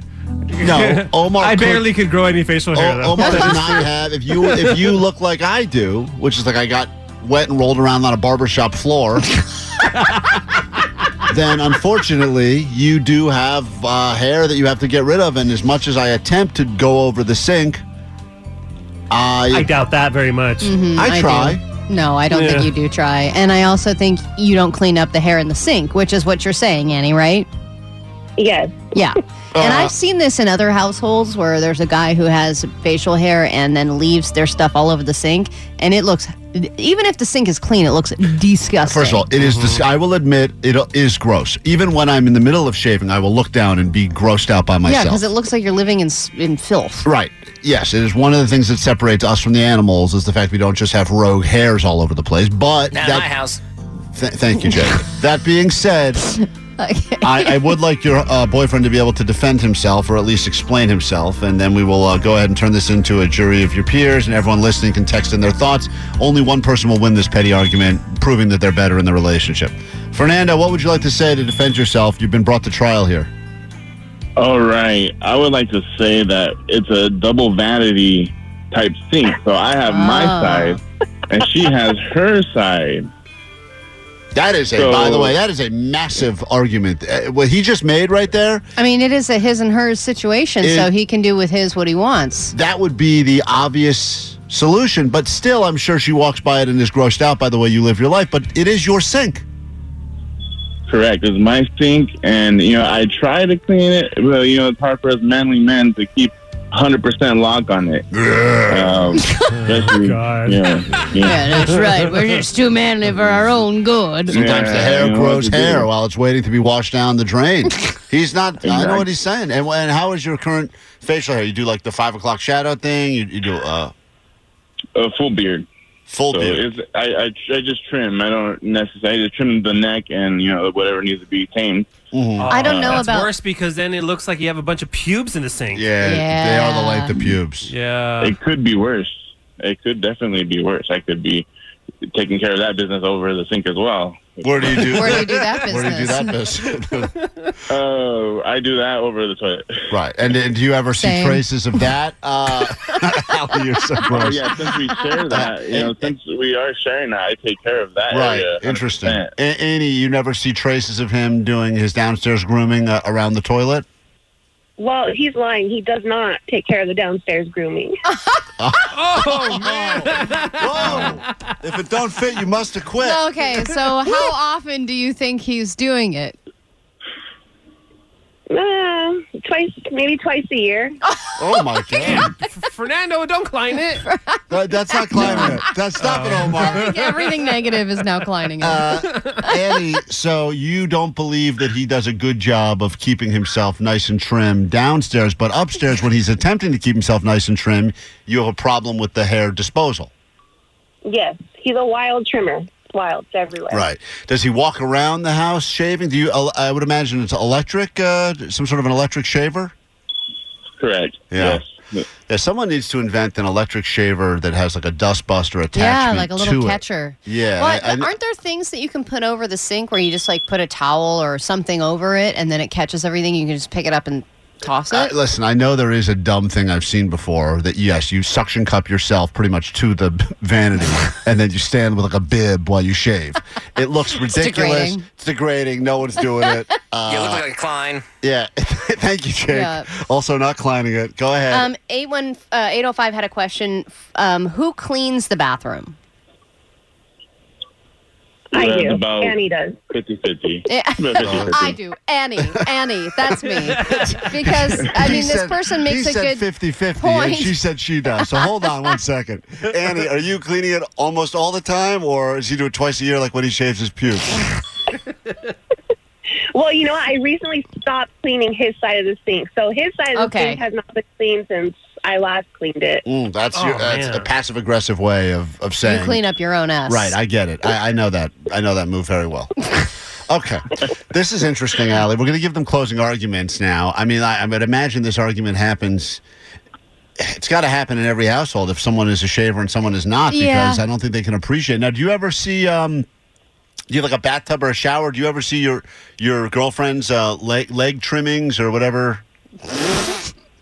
Speaker 8: it.
Speaker 7: No, Omar
Speaker 4: I
Speaker 7: could-
Speaker 4: barely could grow any facial hair.
Speaker 7: Oh,
Speaker 4: though.
Speaker 7: Omar did not have. If you if you look like I do, which is like I got wet and rolled around on a barbershop floor, then unfortunately you do have uh, hair that you have to get rid of. And as much as I attempt to go over the sink, I Mm-hmm,
Speaker 4: I doubt that very much.
Speaker 8: Mhm,
Speaker 7: I
Speaker 8: do.
Speaker 7: try.
Speaker 8: No, I don't
Speaker 4: Yeah.
Speaker 8: think you do try. And I also think you don't clean up the hair in the sink, which is what you're saying, Annie, right?
Speaker 13: Yes.
Speaker 8: Yeah. and
Speaker 13: Uh,
Speaker 7: Uh-huh.
Speaker 8: I've seen this in other households where there's a guy who has facial hair and then leaves their stuff all over the sink. And it looks, even if the sink is clean, it looks disgusting.
Speaker 7: First of all, it is.
Speaker 4: Mm-hmm.
Speaker 7: Dis- I will admit it is gross. Even when I'm in the middle of shaving, I will look down and be grossed out by
Speaker 8: yeah,
Speaker 7: myself.
Speaker 8: because it looks like you're living in, s- in filth.
Speaker 7: Right. Yes, it is one of the things that separates us from the animals is the fact we don't just have rogue hairs all over the place. But
Speaker 27: Not in
Speaker 7: that-
Speaker 27: my house.
Speaker 7: Th- thank you, Jake. that being said, I, I would like your uh, boyfriend to be able to defend himself or at least explain himself, and then we will uh, go ahead and turn this into a jury of your peers, and everyone listening can text in their thoughts. Only one person will win this petty argument, proving that they're better in the relationship. Fernando, what would you like to say to defend yourself? You've been brought to trial here.
Speaker 22: All right. I would like to say that it's a double vanity type thing. So I have my
Speaker 7: Oh.
Speaker 22: side and she has her side.
Speaker 7: That is a, by the way, that is a massive argument. Uh, What he just made right there,
Speaker 11: I mean, it is a his and hers situation,
Speaker 7: It-
Speaker 11: so he can do with his what he wants.
Speaker 7: that would be the obvious solution. But still, I'm sure she walks by it and is grossed out by the way you live your life. But it is your sink.
Speaker 22: Correct. It's my sink, and you know I try to clean it, but you know it's hard for us manly men to keep 100% lock on it. Um, especially- Yeah,
Speaker 11: Yeah, that's right. We're just too manly for our own good.
Speaker 7: Sometimes the hair
Speaker 22: you know,
Speaker 7: grows
Speaker 22: it's a good
Speaker 7: hair
Speaker 22: one.
Speaker 7: while it's waiting to be washed down the drain. he's not. I know
Speaker 22: Exactly.
Speaker 7: what he's saying. And, and how is your current facial hair? You do like the five o'clock shadow thing. You, you do uh,
Speaker 22: a Uh, full beard.
Speaker 7: Full
Speaker 22: so
Speaker 7: beard.
Speaker 22: It's, I, I I just trim. I don't necessarily I just trim the neck and you know whatever needs to be tamed.
Speaker 7: Mm-hmm.
Speaker 4: I
Speaker 22: don't know
Speaker 4: Oh, That's
Speaker 22: about-
Speaker 4: worse because then it looks like you have a bunch of pubes in the sink.
Speaker 22: Yeah. they are the length
Speaker 7: of pubes.
Speaker 4: Yeah.
Speaker 22: It could be worse. It could definitely be worse. I could be taking care of that business over the sink as well.
Speaker 7: Where do you do?
Speaker 22: Where
Speaker 7: do
Speaker 22: you do that
Speaker 7: Where do you do that business?
Speaker 22: Oh, I do that over the toilet.
Speaker 7: Right. And, and do you ever see
Speaker 22: Same.
Speaker 7: traces of that? Uh, Ali, you're so
Speaker 22: Oh
Speaker 7: gross.
Speaker 22: yeah, since we share that, you know, since we are sharing that, I uh, take care of that.
Speaker 7: Right.
Speaker 22: area.
Speaker 7: Interesting. A- Annie, you never see traces of him doing his downstairs grooming uh, around the toilet?
Speaker 13: Well, he's lying. He does not take care of the downstairs grooming.
Speaker 4: oh man!
Speaker 7: Whoa! If it don't fit, you must have quit.
Speaker 11: Okay, so how often do you think he's doing it?
Speaker 13: Uh, twice, maybe twice a year.
Speaker 7: Oh my god!
Speaker 4: Fernando, don't climb it.
Speaker 7: That- that's not climbing it. That's stop it, Omar.
Speaker 11: Everything negative is now climbing. it.
Speaker 8: Uh,
Speaker 7: Annie, so you don't believe that he does a good job of keeping himself nice and trim downstairs, but upstairs, when he's attempting to keep himself nice and trim, you have a problem with the hair disposal.
Speaker 13: Yes, he's a wild trimmer. Wild, it's everywhere.
Speaker 7: Right. Does he walk around the house shaving? Do you? I would imagine it's electric, uh, some sort of an electric shaver.
Speaker 22: Correct.
Speaker 7: Yeah. Yeah. Someone needs to invent an electric shaver that has like a dust buster
Speaker 8: Yeah,
Speaker 7: attachment.
Speaker 8: like a little
Speaker 7: to it.
Speaker 8: catcher.
Speaker 7: Yeah.
Speaker 8: Well,
Speaker 7: I- I-
Speaker 8: aren't there things that you can put over the sink where you just like put a towel or something over it and then it catches everything? You can just pick it up and toss it.
Speaker 7: I- listen, I know there is a dumb thing I've seen before that yes, you suction cup yourself pretty much to the vanity, and then you stand with like a bib while you shave. It looks ridiculous.
Speaker 27: degrading.
Speaker 7: It's degrading. No one's doing it. Uh,
Speaker 27: you look like a Klein.
Speaker 7: yeah. Thank you, Jake.
Speaker 8: Yeah.
Speaker 7: Also, not climbing it. Go ahead.
Speaker 8: Um, 81, uh, 805 had a question. f- Um, who cleans the bathroom?
Speaker 22: I
Speaker 8: do.
Speaker 22: About
Speaker 8: Annie
Speaker 13: does.
Speaker 22: 50-50.
Speaker 8: Yeah.
Speaker 22: About 50-50.
Speaker 8: I do. Annie, Annie, that's me. Because, I
Speaker 7: He
Speaker 8: mean, this
Speaker 7: said-
Speaker 8: person makes
Speaker 7: he
Speaker 8: a
Speaker 7: said
Speaker 8: good
Speaker 7: 50-50, and
Speaker 8: point.
Speaker 7: she said she does. So hold on one second. Annie, are you cleaning it almost all the time, or does he do it twice a year, like when he shaves his pubes?
Speaker 13: Well, you know, what? I recently stopped cleaning his side of the sink, so his side of the
Speaker 8: Okay.
Speaker 13: sink has not been cleaned since I last cleaned it.
Speaker 7: Mm, that's your,
Speaker 13: Oh,
Speaker 7: that's a passive aggressive way of of saying.
Speaker 8: You clean up your own ass.
Speaker 7: Right, I get it. I, I know that. I know that move very well. Okay, this is interesting, Allie. We're going to give them closing arguments now. I mean, I, I would imagine this argument happens. It's got to happen in every household if someone is a shaver and someone is not,
Speaker 8: Yeah.
Speaker 7: because I don't think they can appreciate. it. Now, do you ever see? Um, do you have like a bathtub or a shower? Do you ever see your your girlfriend's uh, leg leg trimmings or whatever?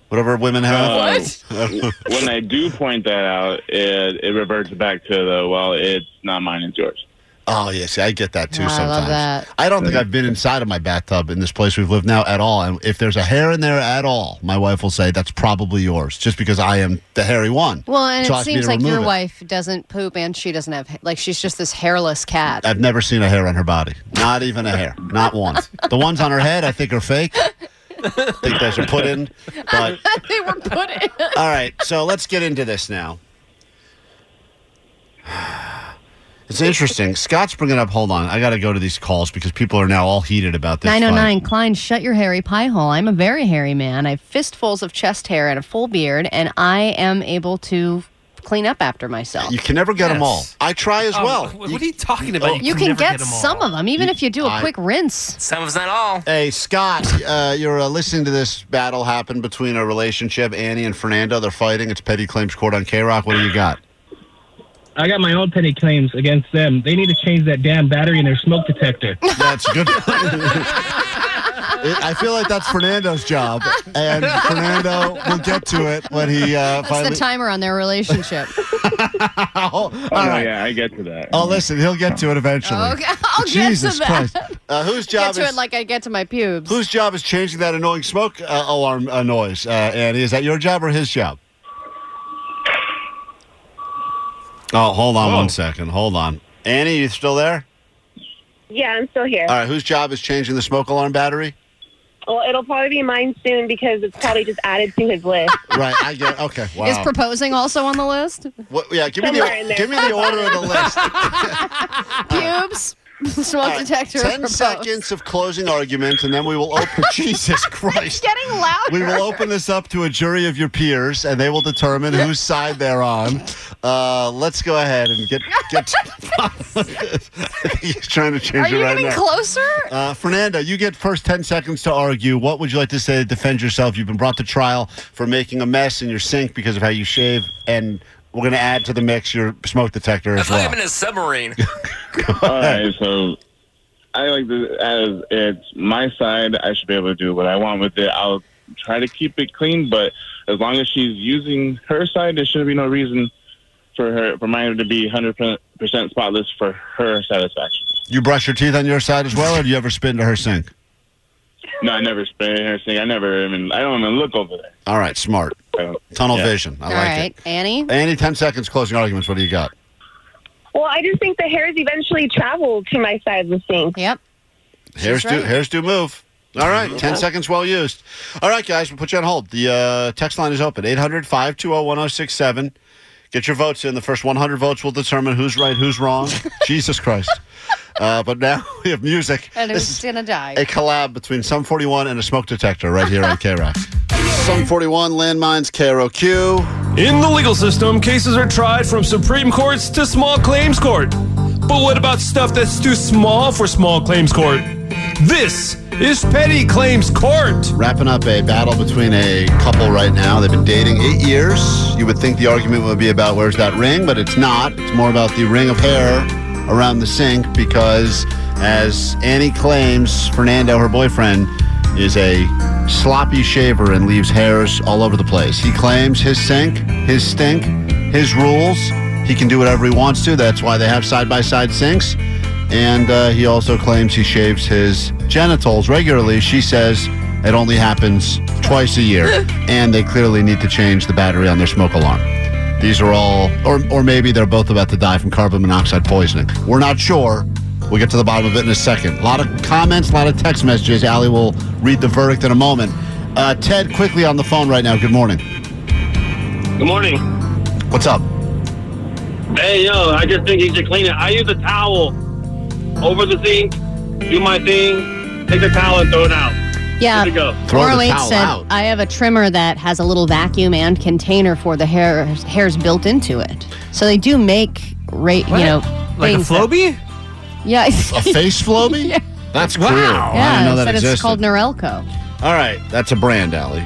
Speaker 7: Whatever women have.
Speaker 22: Um, when I do point that out, it, it reverts back to the well, it's not mine, it's yours.
Speaker 7: Oh yeah, see, I get that too
Speaker 22: I love
Speaker 7: sometimes.
Speaker 22: that.
Speaker 7: I don't think I've been inside of my bathtub in this place we've lived now at all. And if there's a hair in there at all, my wife will say that's probably yours, just because I am the hairy one.
Speaker 8: Well, and
Speaker 7: So I
Speaker 8: it
Speaker 7: have to be able
Speaker 8: seems
Speaker 7: to
Speaker 8: like your
Speaker 7: remove it.
Speaker 8: wife doesn't poop and she doesn't have, like, she's just this hairless cat.
Speaker 7: I've never seen a hair on her body. Not even a hair. Not one. The ones on her head, I think, are fake. I think those are put in. But
Speaker 8: they were put in.
Speaker 7: all right, so let's get into this now. It's interesting. Scott's bringing up. Hold on, I got to go to these calls because people are now all heated about this. fight.
Speaker 8: 909 Klein, shut your hairy pie hole. I'm a very hairy man. I have fistfuls of chest hair and a full beard, and I am able to clean up after myself.
Speaker 7: You can never get them all. I try as
Speaker 8: Um,
Speaker 7: well. Oh.
Speaker 8: wh-
Speaker 7: what are you talking about?
Speaker 8: You can get, some of them, even if you do a
Speaker 7: I-
Speaker 8: quick rinse.
Speaker 27: Some of it's not all.
Speaker 7: Hey, Scott, uh, you're uh, listening to this battle happen between a relationship, Annie and Fernando. They're fighting. It's Petty Claims Court on K Rock. What do you got?
Speaker 14: I got my own petty claims against them. They need to change that damn battery in their smoke detector.
Speaker 7: That's good. I feel like that's Fernando's job, and Fernando will get to it when he uh,
Speaker 8: That's
Speaker 7: finally.
Speaker 8: the timer on their relationship.
Speaker 7: oh,
Speaker 22: Oh,
Speaker 7: right.
Speaker 22: yeah, I get to that.
Speaker 7: oh, listen, he'll get to it eventually.
Speaker 8: Okay, I'll get to
Speaker 7: Jesus
Speaker 8: that.
Speaker 7: Christ! Uh, whose
Speaker 8: get
Speaker 7: job
Speaker 8: to
Speaker 7: is
Speaker 8: it like I get to my pubes.
Speaker 7: whose job is changing that annoying smoke uh, alarm uh, noise? Uh, Andy, is that your job or his job? Oh, hold on one second. Hold on, Annie, you still there?
Speaker 13: Yeah, I'm still here.
Speaker 7: All right, whose job is changing the smoke alarm battery?
Speaker 13: Well, it'll probably be mine soon because it's probably just added to his list.
Speaker 7: Right, I get. Okay, wow.
Speaker 8: Is proposing also on the list?
Speaker 7: What- yeah, give me
Speaker 8: Somewhere in
Speaker 7: the
Speaker 8: there.
Speaker 7: give me the order of the list.
Speaker 8: Pubes, smoke
Speaker 7: All right,
Speaker 8: detector. or
Speaker 7: Ten
Speaker 8: propose.
Speaker 7: seconds of closing argument, and then we will open. Jesus Christ!
Speaker 8: Getting louder.
Speaker 7: We will open this up to a jury of your peers, and they will determine whose side they're on. Uh, let's go ahead and get get. He's trying to change
Speaker 8: Are you
Speaker 7: it right
Speaker 8: getting
Speaker 7: now.
Speaker 8: closer?
Speaker 7: Uh, Fernanda, you get first 10 seconds to argue. What would you like to say to defend yourself? You've been brought to trial for making a mess in your sink because of how you shave, and we're going to add to the mix your smoke detector
Speaker 27: I
Speaker 7: as
Speaker 27: feel like
Speaker 7: well.
Speaker 27: I'm in a submarine.
Speaker 22: All right, so I like to, as it's my side, I should be able to do what I want with it. I'll try to keep it clean, but as long as she's using her side, there shouldn't be no reason for her for mine to be 100% spotless for her satisfaction.
Speaker 7: You brush your teeth on your side as well, or do you ever spit into her sink?
Speaker 22: No, I never spray her sink. I never even, I don't even look over there.
Speaker 7: All right, smart. Tunnel vision. I
Speaker 8: All
Speaker 7: like
Speaker 8: right, Annie.
Speaker 7: it. Annie, 10 seconds closing arguments. What do you got?
Speaker 13: Well, I just think the hairs eventually travel to my side of the sink.
Speaker 8: Yep.
Speaker 7: Hairs do,
Speaker 13: right.
Speaker 7: hairs do move. All right, 10 seconds well used. All right, guys, we'll put you on hold. The uh, text line is open 800 520 1067. Get your votes in. The first 100 votes will determine who's right, who's wrong. Jesus Christ. Uh, but now we have music.
Speaker 8: And
Speaker 7: This
Speaker 8: who's gonna die?
Speaker 7: a collab between Sum 41 and a smoke detector right here on K Rock. Sum 41, Landmines, KROQ.
Speaker 12: In the legal system, cases are tried from Supreme Courts to Small Claims Court. But what about stuff that's too small for Small Claims Court? This is Petty Claims Court.
Speaker 7: Wrapping up a battle between a couple right now. They've been dating eight years. You would think the argument would be about where's that ring, but it's not. It's more about the ring of hair around the sink because, as Annie claims, Fernando, her boyfriend, is a sloppy shaver and leaves hairs all over the place. He claims his sink, his stink, his rules. He can do whatever he wants to. That's why they have side by side sinks. And uh, he also claims he shaves his genitals regularly. She says it only happens twice a year, and they clearly need to change the battery on their smoke alarm. These are all, or, or maybe they're both about to die from carbon monoxide poisoning. We're not sure. We'll get to the bottom of it in a second. A lot of comments, a lot of text messages. Allie will read the verdict in a moment. Uh, Ted, quickly on the phone right now. Good morning.
Speaker 6: Good morning.
Speaker 7: What's up?
Speaker 6: Hey, yo, I just think you should clean it. I use a towel over the sink, do my thing, take the towel and throw it out.
Speaker 8: Yeah.
Speaker 6: Good to go.
Speaker 7: Throw the
Speaker 8: Orlean
Speaker 7: towel
Speaker 8: said,
Speaker 7: out.
Speaker 8: I have a trimmer that has a little vacuum and container for the hair hairs built into it. So they do make rate, you know,
Speaker 4: like a
Speaker 8: things that-
Speaker 4: Floby?
Speaker 8: yeah,
Speaker 7: A face floby? That's cool. I
Speaker 8: yeah.
Speaker 7: didn't know that
Speaker 8: said
Speaker 7: existed.
Speaker 8: it's called Norelco.
Speaker 7: All right, that's a brand, Allie.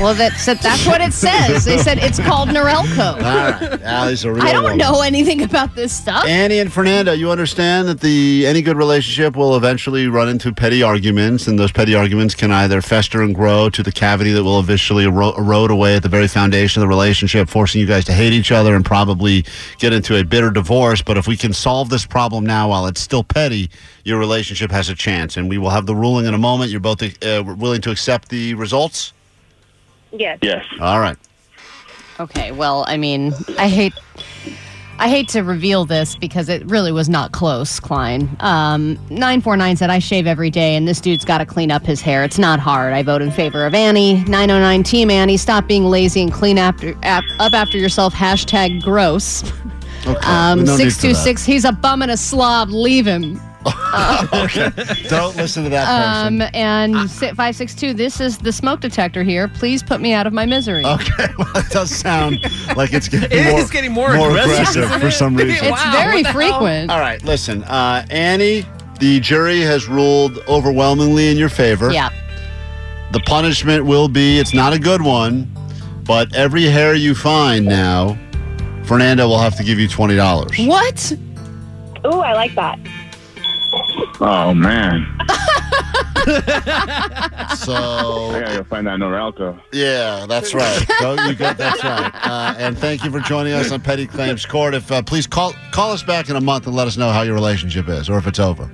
Speaker 8: Well, that's that's what it says. They said it's called Norelco.
Speaker 7: All right, Allie's a real.
Speaker 8: I don't
Speaker 7: woman.
Speaker 8: know anything about this stuff.
Speaker 7: Annie and Fernando, you understand that the any good relationship will eventually run into petty arguments, and those petty arguments can either fester and grow to the cavity that will eventually ero- erode away at the very foundation of the relationship, forcing you guys to hate each other and probably get into a bitter divorce. But if we can solve this problem now while it's still petty, your relationship has a chance, and we will have the ruling in a moment. You're both uh, willing to accept the results.
Speaker 13: Yes.
Speaker 7: Yes. All right.
Speaker 8: Okay, well, I mean, I hate I hate to reveal this because it really was not close, Klein. Um, 949 said I shave every day and this dude's got to clean up his hair. It's not hard. I vote in favor of Annie. 909 team Annie, stop being lazy and clean after ap- up after yourself. Hashtag gross.
Speaker 7: Okay.
Speaker 8: Um,
Speaker 7: No need for that.
Speaker 8: 626, he's a bum and a slob. Leave him.
Speaker 7: okay. Don't listen to that person.
Speaker 8: Um, and si- 562, this is the smoke detector here. Please put me out of my misery.
Speaker 7: Okay, well, it does sound like it's getting
Speaker 4: It
Speaker 7: more,
Speaker 4: is getting more aggressive, isn't
Speaker 7: for
Speaker 4: it?
Speaker 7: some reason.
Speaker 8: It's Wow, very what the hell? frequent.
Speaker 7: All right, listen, uh, Annie, the jury has ruled overwhelmingly in your favor.
Speaker 8: Yeah.
Speaker 7: The punishment will be it's not a good one, but every hair you find now Fernando will have to give you twenty dollars.
Speaker 13: What? Ooh, I like that.
Speaker 22: Oh man.
Speaker 7: So
Speaker 22: I gotta go find that Norelco.
Speaker 7: Yeah, that's right. Go, you got that's right. Uh, and thank you for joining us on Petty Claims Court. If uh, please call call us back in a month and let us know how your relationship is, or if it's over.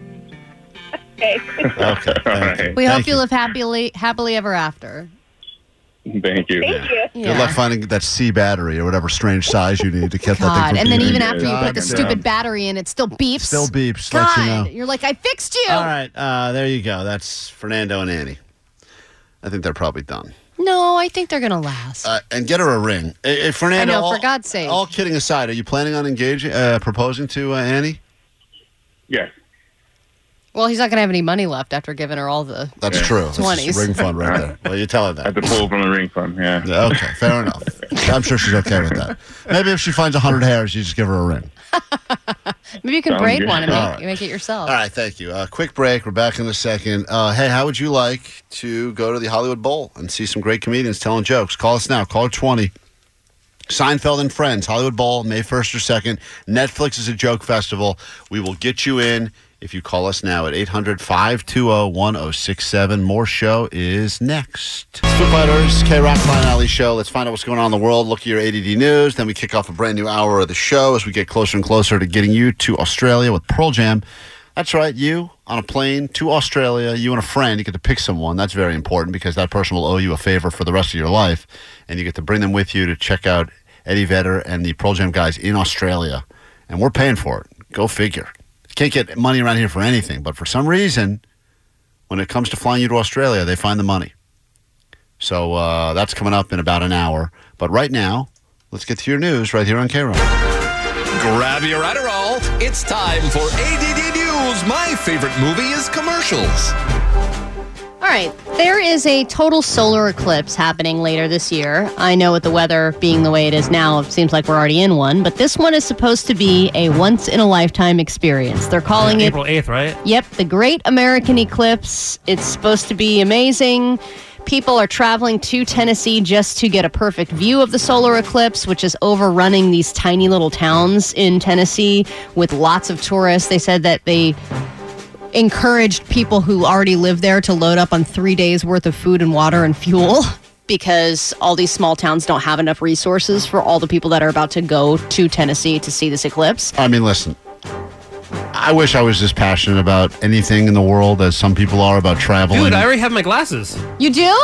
Speaker 7: Okay. Okay.
Speaker 8: We hope you live happily, happily ever after.
Speaker 7: you. Thank you.
Speaker 8: Thank you.
Speaker 7: Good luck finding that C battery or whatever strange size you need to get that thing.
Speaker 8: God,
Speaker 7: from
Speaker 8: and then
Speaker 7: beeping.
Speaker 8: even after you put
Speaker 7: God
Speaker 8: the
Speaker 7: damn.
Speaker 8: stupid battery in, it still beeps.
Speaker 7: Still beeps,
Speaker 8: God,
Speaker 7: lets you know.
Speaker 8: you're like, I fixed you.
Speaker 7: All right, uh, there you go. That's Fernando and Annie. I think they're probably done.
Speaker 8: No, I think they're gonna last.
Speaker 7: Uh, and get her a ring. Eh, eh, Fernando,
Speaker 8: I know,
Speaker 7: all-
Speaker 8: for God's sake.
Speaker 7: All kidding aside, are you planning on engaging, uh, proposing to uh, Annie? Yes.
Speaker 8: well, he's not gonna have any money left after giving her all the.
Speaker 7: That's true. That's
Speaker 8: Twenties.
Speaker 7: ring fund right there. Well, you tell her that. At the pool from the ring fund, yeah. Okay, fair enough. I'm sure she's okay with that. Maybe if she finds 100 hairs, you just give her a ring.
Speaker 8: Maybe you can
Speaker 7: Sounds
Speaker 8: braid
Speaker 7: good.
Speaker 8: one and
Speaker 7: All
Speaker 8: make,
Speaker 7: right.
Speaker 8: make it yourself.
Speaker 7: All right, thank you. Uh, quick break. We're back in a second. Uh, hey, how would you like to go to the Hollywood Bowl and see some great comedians telling jokes? Call us now. Call 20. Seinfeld and Friends, Hollywood Bowl, May 1st or 2nd. Netflix is a joke festival. We will get you in if you call us now at 800 520 1067. More show is next. Foo Fighters, K Rock, Fine Alley Show. Let's find out what's going on in the world. Look at your ADD news. Then we kick off a brand new hour of the show as we get closer and closer to getting you to Australia with Pearl Jam. That's right, you on a plane to Australia, you and a friend, you get to pick someone. That's very important because that person will owe you a favor for the rest of your life. And you get to bring them with you to check out Eddie Vedder and the Pearl Jam guys in Australia. And we're paying for it. Go figure. Can't get money around here for anything, but for some reason, when it comes to flying you to Australia, they find the money. So uh, that's coming up in about an hour. But right now, let's get to your news right here on K Rock.
Speaker 1: Grab your Adderall. It's time for ADD News. My favorite movie is commercials.
Speaker 8: All right, there is a total solar eclipse happening later this year. I know with the weather being the way it is now, it seems like we're already in one, but this one is supposed to be a once in a lifetime experience. They're calling it
Speaker 4: April 8th, right?
Speaker 8: Yep, the Great American Eclipse. It's supposed to be amazing. People are traveling to Tennessee just to get a perfect view of the solar eclipse, which is overrunning these tiny little towns in Tennessee with lots of tourists. They said that they encouraged people who already live there to load up on three days worth of food and water and fuel because all these small towns don't have enough resources for all the people that are about to go to Tennessee to see this eclipse.
Speaker 7: I mean, listen, I wish I was as passionate about anything in the world as some people are about traveling.
Speaker 4: Dude, I already have my glasses.
Speaker 8: You do?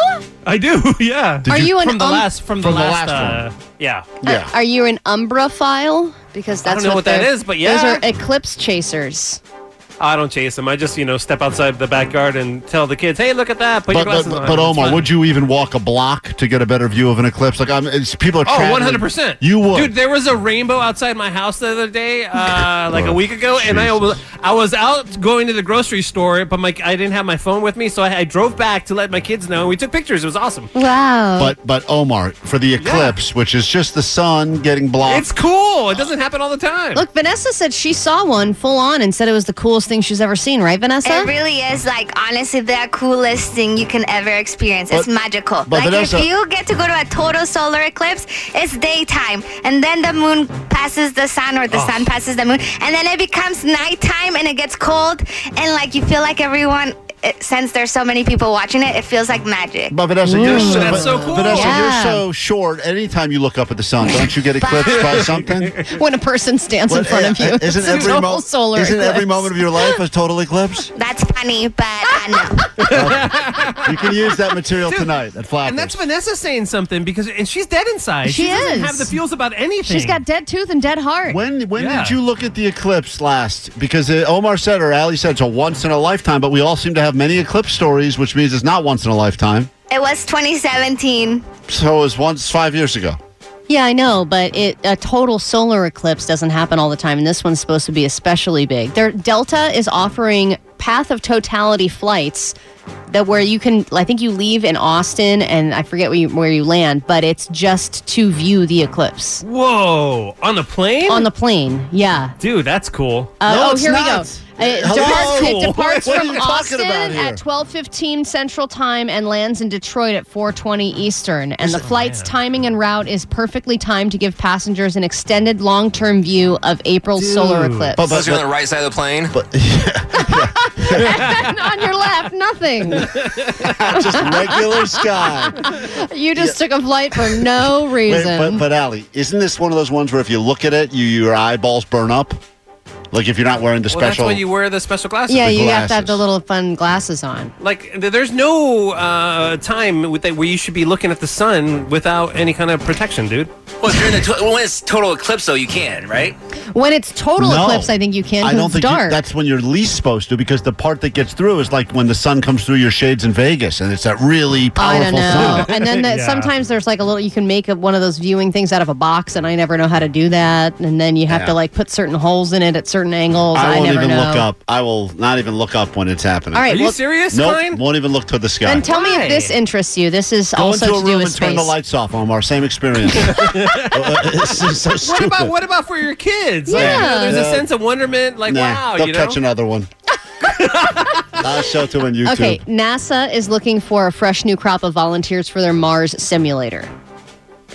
Speaker 4: I do, yeah.
Speaker 7: Did Are you- you an
Speaker 4: from the
Speaker 7: um-
Speaker 4: last from the
Speaker 7: From the
Speaker 4: last,
Speaker 7: last
Speaker 4: uh, yeah.
Speaker 7: yeah.
Speaker 8: Are you an Umbra file? Because
Speaker 4: I
Speaker 8: that's
Speaker 4: don't know what that
Speaker 8: they're-
Speaker 4: is, but yeah.
Speaker 8: those are eclipse chasers.
Speaker 4: I don't chase them. I just, you know, step outside the backyard and tell the kids, "Hey, look at that! Put
Speaker 7: But,
Speaker 4: your
Speaker 7: but,
Speaker 4: glasses on."
Speaker 7: but, Omar, would you even walk a block to get a better view of an eclipse? Like, I'm, it's, people are
Speaker 4: Oh,
Speaker 7: traveling.
Speaker 4: 100 percent.
Speaker 7: You would.
Speaker 4: dude. There was a rainbow outside my house the other day, uh, like
Speaker 7: Oh,
Speaker 4: a week ago, and I
Speaker 7: Jesus.
Speaker 4: was I was out going to the grocery store, but my I didn't have my phone with me, so I, I drove back to let my kids know, and we took pictures. It was awesome.
Speaker 8: Wow.
Speaker 7: But but Omar, for the eclipse, which is just the sun getting blocked.
Speaker 4: It's cool. Oh, It doesn't happen all the time.
Speaker 8: Look, Vanessa said she saw one full on and said it was the coolest thing she's ever seen, right, Vanessa?
Speaker 9: It really is like honestly the coolest thing you can ever experience. it's
Speaker 8: But-
Speaker 9: magical.
Speaker 8: but
Speaker 9: like
Speaker 8: Vanessa-
Speaker 9: if you get to go to a total solar eclipse, it's daytime, and then the moon passes the sun, or the
Speaker 8: Oh.
Speaker 9: sun passes the moon, and then it becomes nighttime, and it gets cold, and like you feel like everyone. it- Since there's so many people watching it, it feels like magic.
Speaker 7: But Vanessa, you're so,
Speaker 9: That's
Speaker 7: but-
Speaker 9: so cool.
Speaker 7: Vanessa,
Speaker 9: Yeah.
Speaker 7: you're so short. Anytime you look up at the sun, don't you get eclipsed by something?
Speaker 8: when a person stands in
Speaker 7: What- eh,
Speaker 8: front of you,
Speaker 7: Isn't
Speaker 8: it's
Speaker 7: every
Speaker 8: a
Speaker 7: mo-
Speaker 8: total solar
Speaker 7: Isn't
Speaker 8: eclipse.
Speaker 7: every moment of your life a total eclipse?
Speaker 9: That's funny, but I know.
Speaker 7: You can use that material tonight at Flappers.
Speaker 4: And that's Vanessa saying something because, and she's dead inside.
Speaker 8: She
Speaker 4: doesn't
Speaker 8: is.
Speaker 4: have the feels about anything.
Speaker 8: She's got dead tooth and dead heart.
Speaker 7: When when
Speaker 4: Yeah.
Speaker 7: did you look at the eclipse last? Because uh, Omar said or Ali said it's a once in a lifetime, but we all seem to have many eclipse stories, which means it's not once in a lifetime.
Speaker 9: It was 2017.
Speaker 7: So it was once five years ago.
Speaker 8: Yeah, I know, but it a total solar eclipse doesn't happen all the time, and this one's supposed to be especially big. Their Delta is offering path of totality flights that where you can I think you leave in Austin and I forget where you, where you land, but it's just to view the eclipse.
Speaker 4: Whoa! On the plane?
Speaker 8: On the plane, yeah.
Speaker 4: Dude, that's cool.
Speaker 8: Uh, oh, here we go. Uh, It,
Speaker 4: Hello?
Speaker 8: departs, it departs
Speaker 4: What are
Speaker 8: from
Speaker 4: you talking
Speaker 8: Austin
Speaker 4: about here?
Speaker 8: at 12:15 Central Time and lands in Detroit at 4:20 Eastern. And
Speaker 7: Oh,
Speaker 8: the flight's timing and route is perfectly timed to give passengers an extended long-term view of April's solar eclipse.
Speaker 27: But, you're on the right side of the plane.
Speaker 7: But,
Speaker 8: And on your left, nothing.
Speaker 7: just regular sky.
Speaker 8: You just took a flight for no
Speaker 7: Wait,
Speaker 8: reason.
Speaker 7: but but Allie, isn't this one of those ones where if you look at it, you your eyeballs burn up? Like if you're not wearing the
Speaker 4: Well, that's
Speaker 7: special.
Speaker 4: why you wear the special glasses.
Speaker 8: yeah, you have to have the little fun glasses on.
Speaker 4: Like, th- there's no uh, time with that where you should be looking at the sun without any kind of protection, dude.
Speaker 27: Well, if you're in the to- when it's total eclipse, though, you can, right?
Speaker 8: When it's total
Speaker 7: No.
Speaker 8: eclipse, I think you can.
Speaker 7: I
Speaker 8: 'cause
Speaker 7: don't
Speaker 8: it's
Speaker 7: think you-
Speaker 8: dark.
Speaker 7: that's when you're least supposed to because the part that gets through is like when the sun comes through your shades in Vegas and it's that really
Speaker 8: I
Speaker 7: powerful
Speaker 8: don't know.
Speaker 7: sun.
Speaker 8: and then the, sometimes there's like a little, you can make a, one of those viewing things out of a box, and I never know how to do that. And then you have
Speaker 7: Yeah.
Speaker 8: to like put certain holes in it at certain angles.
Speaker 7: I
Speaker 8: I,
Speaker 7: won't
Speaker 8: never
Speaker 7: even
Speaker 8: know.
Speaker 7: look up. I will not even look up when it's happening.
Speaker 8: All right, Are you well- serious,
Speaker 7: Nope,
Speaker 8: Klein?
Speaker 7: won't even look to the sky.
Speaker 8: And tell me if this interests you. This is
Speaker 7: Go
Speaker 8: also
Speaker 7: into a
Speaker 8: to do
Speaker 7: room
Speaker 8: with
Speaker 7: and turn
Speaker 8: space.
Speaker 7: the lights off, Omar. Same experience. This is so
Speaker 4: What about
Speaker 7: stupid.
Speaker 4: what about for your kids? Like,
Speaker 7: Yeah.
Speaker 4: you know, there's
Speaker 7: Yeah.
Speaker 4: a sense of wonderment. Like,
Speaker 7: nah,
Speaker 4: wow,
Speaker 7: they'll
Speaker 4: you know.
Speaker 7: catch another one. I'll show it to them on YouTube.
Speaker 8: Okay, NASA is looking for a fresh new crop of volunteers for their Mars simulator.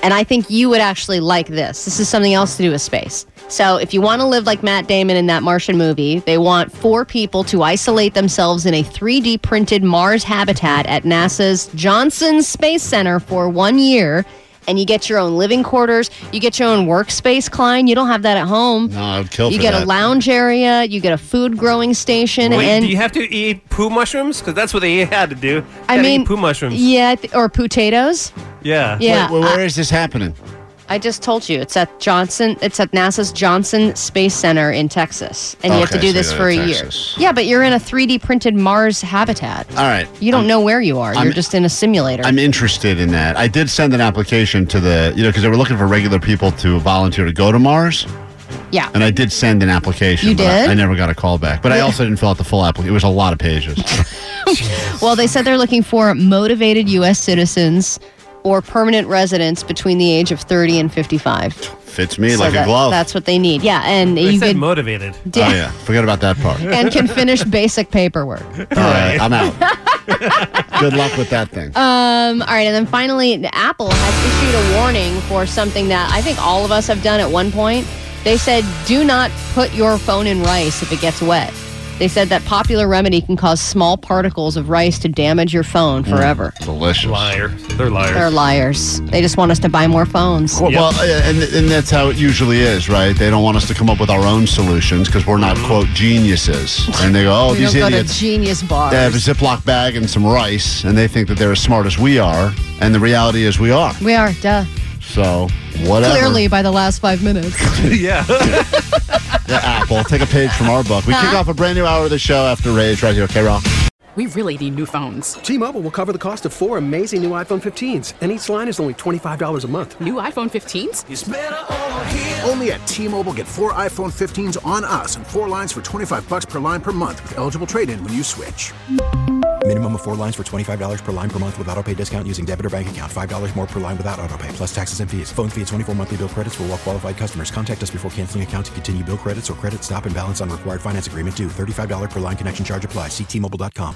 Speaker 8: And I think you would actually like this. This is something else to do with space. So, if you want to live like Matt Damon in that Martian movie, they want four people to isolate themselves in a 3D printed Mars habitat at NASA's Johnson Space Center for one year. And you get your own living quarters, you get your own workspace, Klein. You don't have that at home.
Speaker 7: No, I'd kill
Speaker 8: you
Speaker 7: for
Speaker 8: get
Speaker 7: that.
Speaker 8: a lounge area, you get a food growing station,
Speaker 4: Wait,
Speaker 8: and
Speaker 4: do you have to eat poo mushrooms? Because that's what they had to do.
Speaker 8: I
Speaker 4: Gotta
Speaker 8: mean,
Speaker 4: eat poo mushrooms.
Speaker 8: Yeah, th- or potatoes.
Speaker 4: Yeah.
Speaker 8: Yeah.
Speaker 7: Wait, wait, where is this happening?
Speaker 8: I just told you it's at Johnson. It's at NASA's Johnson Space Center in Texas, and you have to
Speaker 7: Okay,
Speaker 8: do
Speaker 7: so
Speaker 8: this
Speaker 7: you're
Speaker 8: for a
Speaker 7: in Texas.
Speaker 8: year. Yeah, but you're in a 3D printed Mars habitat.
Speaker 7: All right.
Speaker 8: You don't know where you are. You're
Speaker 7: I'm-
Speaker 8: just in a simulator.
Speaker 7: I'm interested in that. I did send an application to the, you know, because they were looking for regular people to volunteer to go to Mars.
Speaker 8: yeah.
Speaker 7: And I did send an application.
Speaker 8: You
Speaker 7: but I-
Speaker 8: did?
Speaker 7: I, never got a call back. But I also didn't fill out the full application. It was a lot of pages.
Speaker 8: Well, they said they're looking for motivated U.S. citizens or permanent residents between the age of 30 and 55.
Speaker 7: Fits me
Speaker 8: So
Speaker 7: like
Speaker 8: that-
Speaker 7: a glove.
Speaker 8: That's what they need. Yeah, and
Speaker 4: They
Speaker 8: you
Speaker 4: said
Speaker 8: could-
Speaker 4: motivated.
Speaker 7: oh, yeah. Forget about that part.
Speaker 8: and can finish basic paperwork.
Speaker 7: All right. I'm out. Good luck with that thing.
Speaker 8: Um, all right, and then finally, Apple has issued a warning for something that I think all of us have done at one point. They said, do not put your phone in rice if it gets wet. They said that popular remedy can cause small particles of rice to damage your
Speaker 7: Mm.
Speaker 8: phone forever.
Speaker 7: Delicious.
Speaker 4: Liar. They're liars.
Speaker 8: They're liars. They just want us to buy more phones.
Speaker 7: Well, well, uh, and, and that's how it usually is, right? They don't want us to come up with our own solutions because we're not, quote, geniuses. And they go, oh,
Speaker 8: we
Speaker 7: these
Speaker 8: don't go to
Speaker 7: idiots.
Speaker 8: genius bars.
Speaker 7: They have a Ziploc bag and some rice, and they think that they're as smart as we are, and the reality is we are.
Speaker 8: we are, duh.
Speaker 7: So, whatever.
Speaker 8: Clearly, by the last five minutes.
Speaker 4: yeah.
Speaker 7: The Apple. Take a page from our book. We kick
Speaker 29: Huh?
Speaker 7: off a brand new hour of the show after Rage right here. Okay, Rock.
Speaker 29: We really need new phones. T-Mobile will cover the cost of four amazing new iPhone 15s, and each line is only $25 a month.
Speaker 30: New iPhone 15s? Only at T-Mobile get four iPhone 15s on us and four lines for 25 bucks per line per month with eligible trade-in when you switch.
Speaker 31: Minimum of four lines for $25 per line per month with auto pay discount using debit or bank account. $5 more per line without auto pay, plus taxes and fees. Phone fee at 24 monthly bill credits for all qualified customers. Contact us before canceling account to continue bill credits or credit stop and balance on required finance agreement due. $35 per line connection charge apply. Ctmobile.com.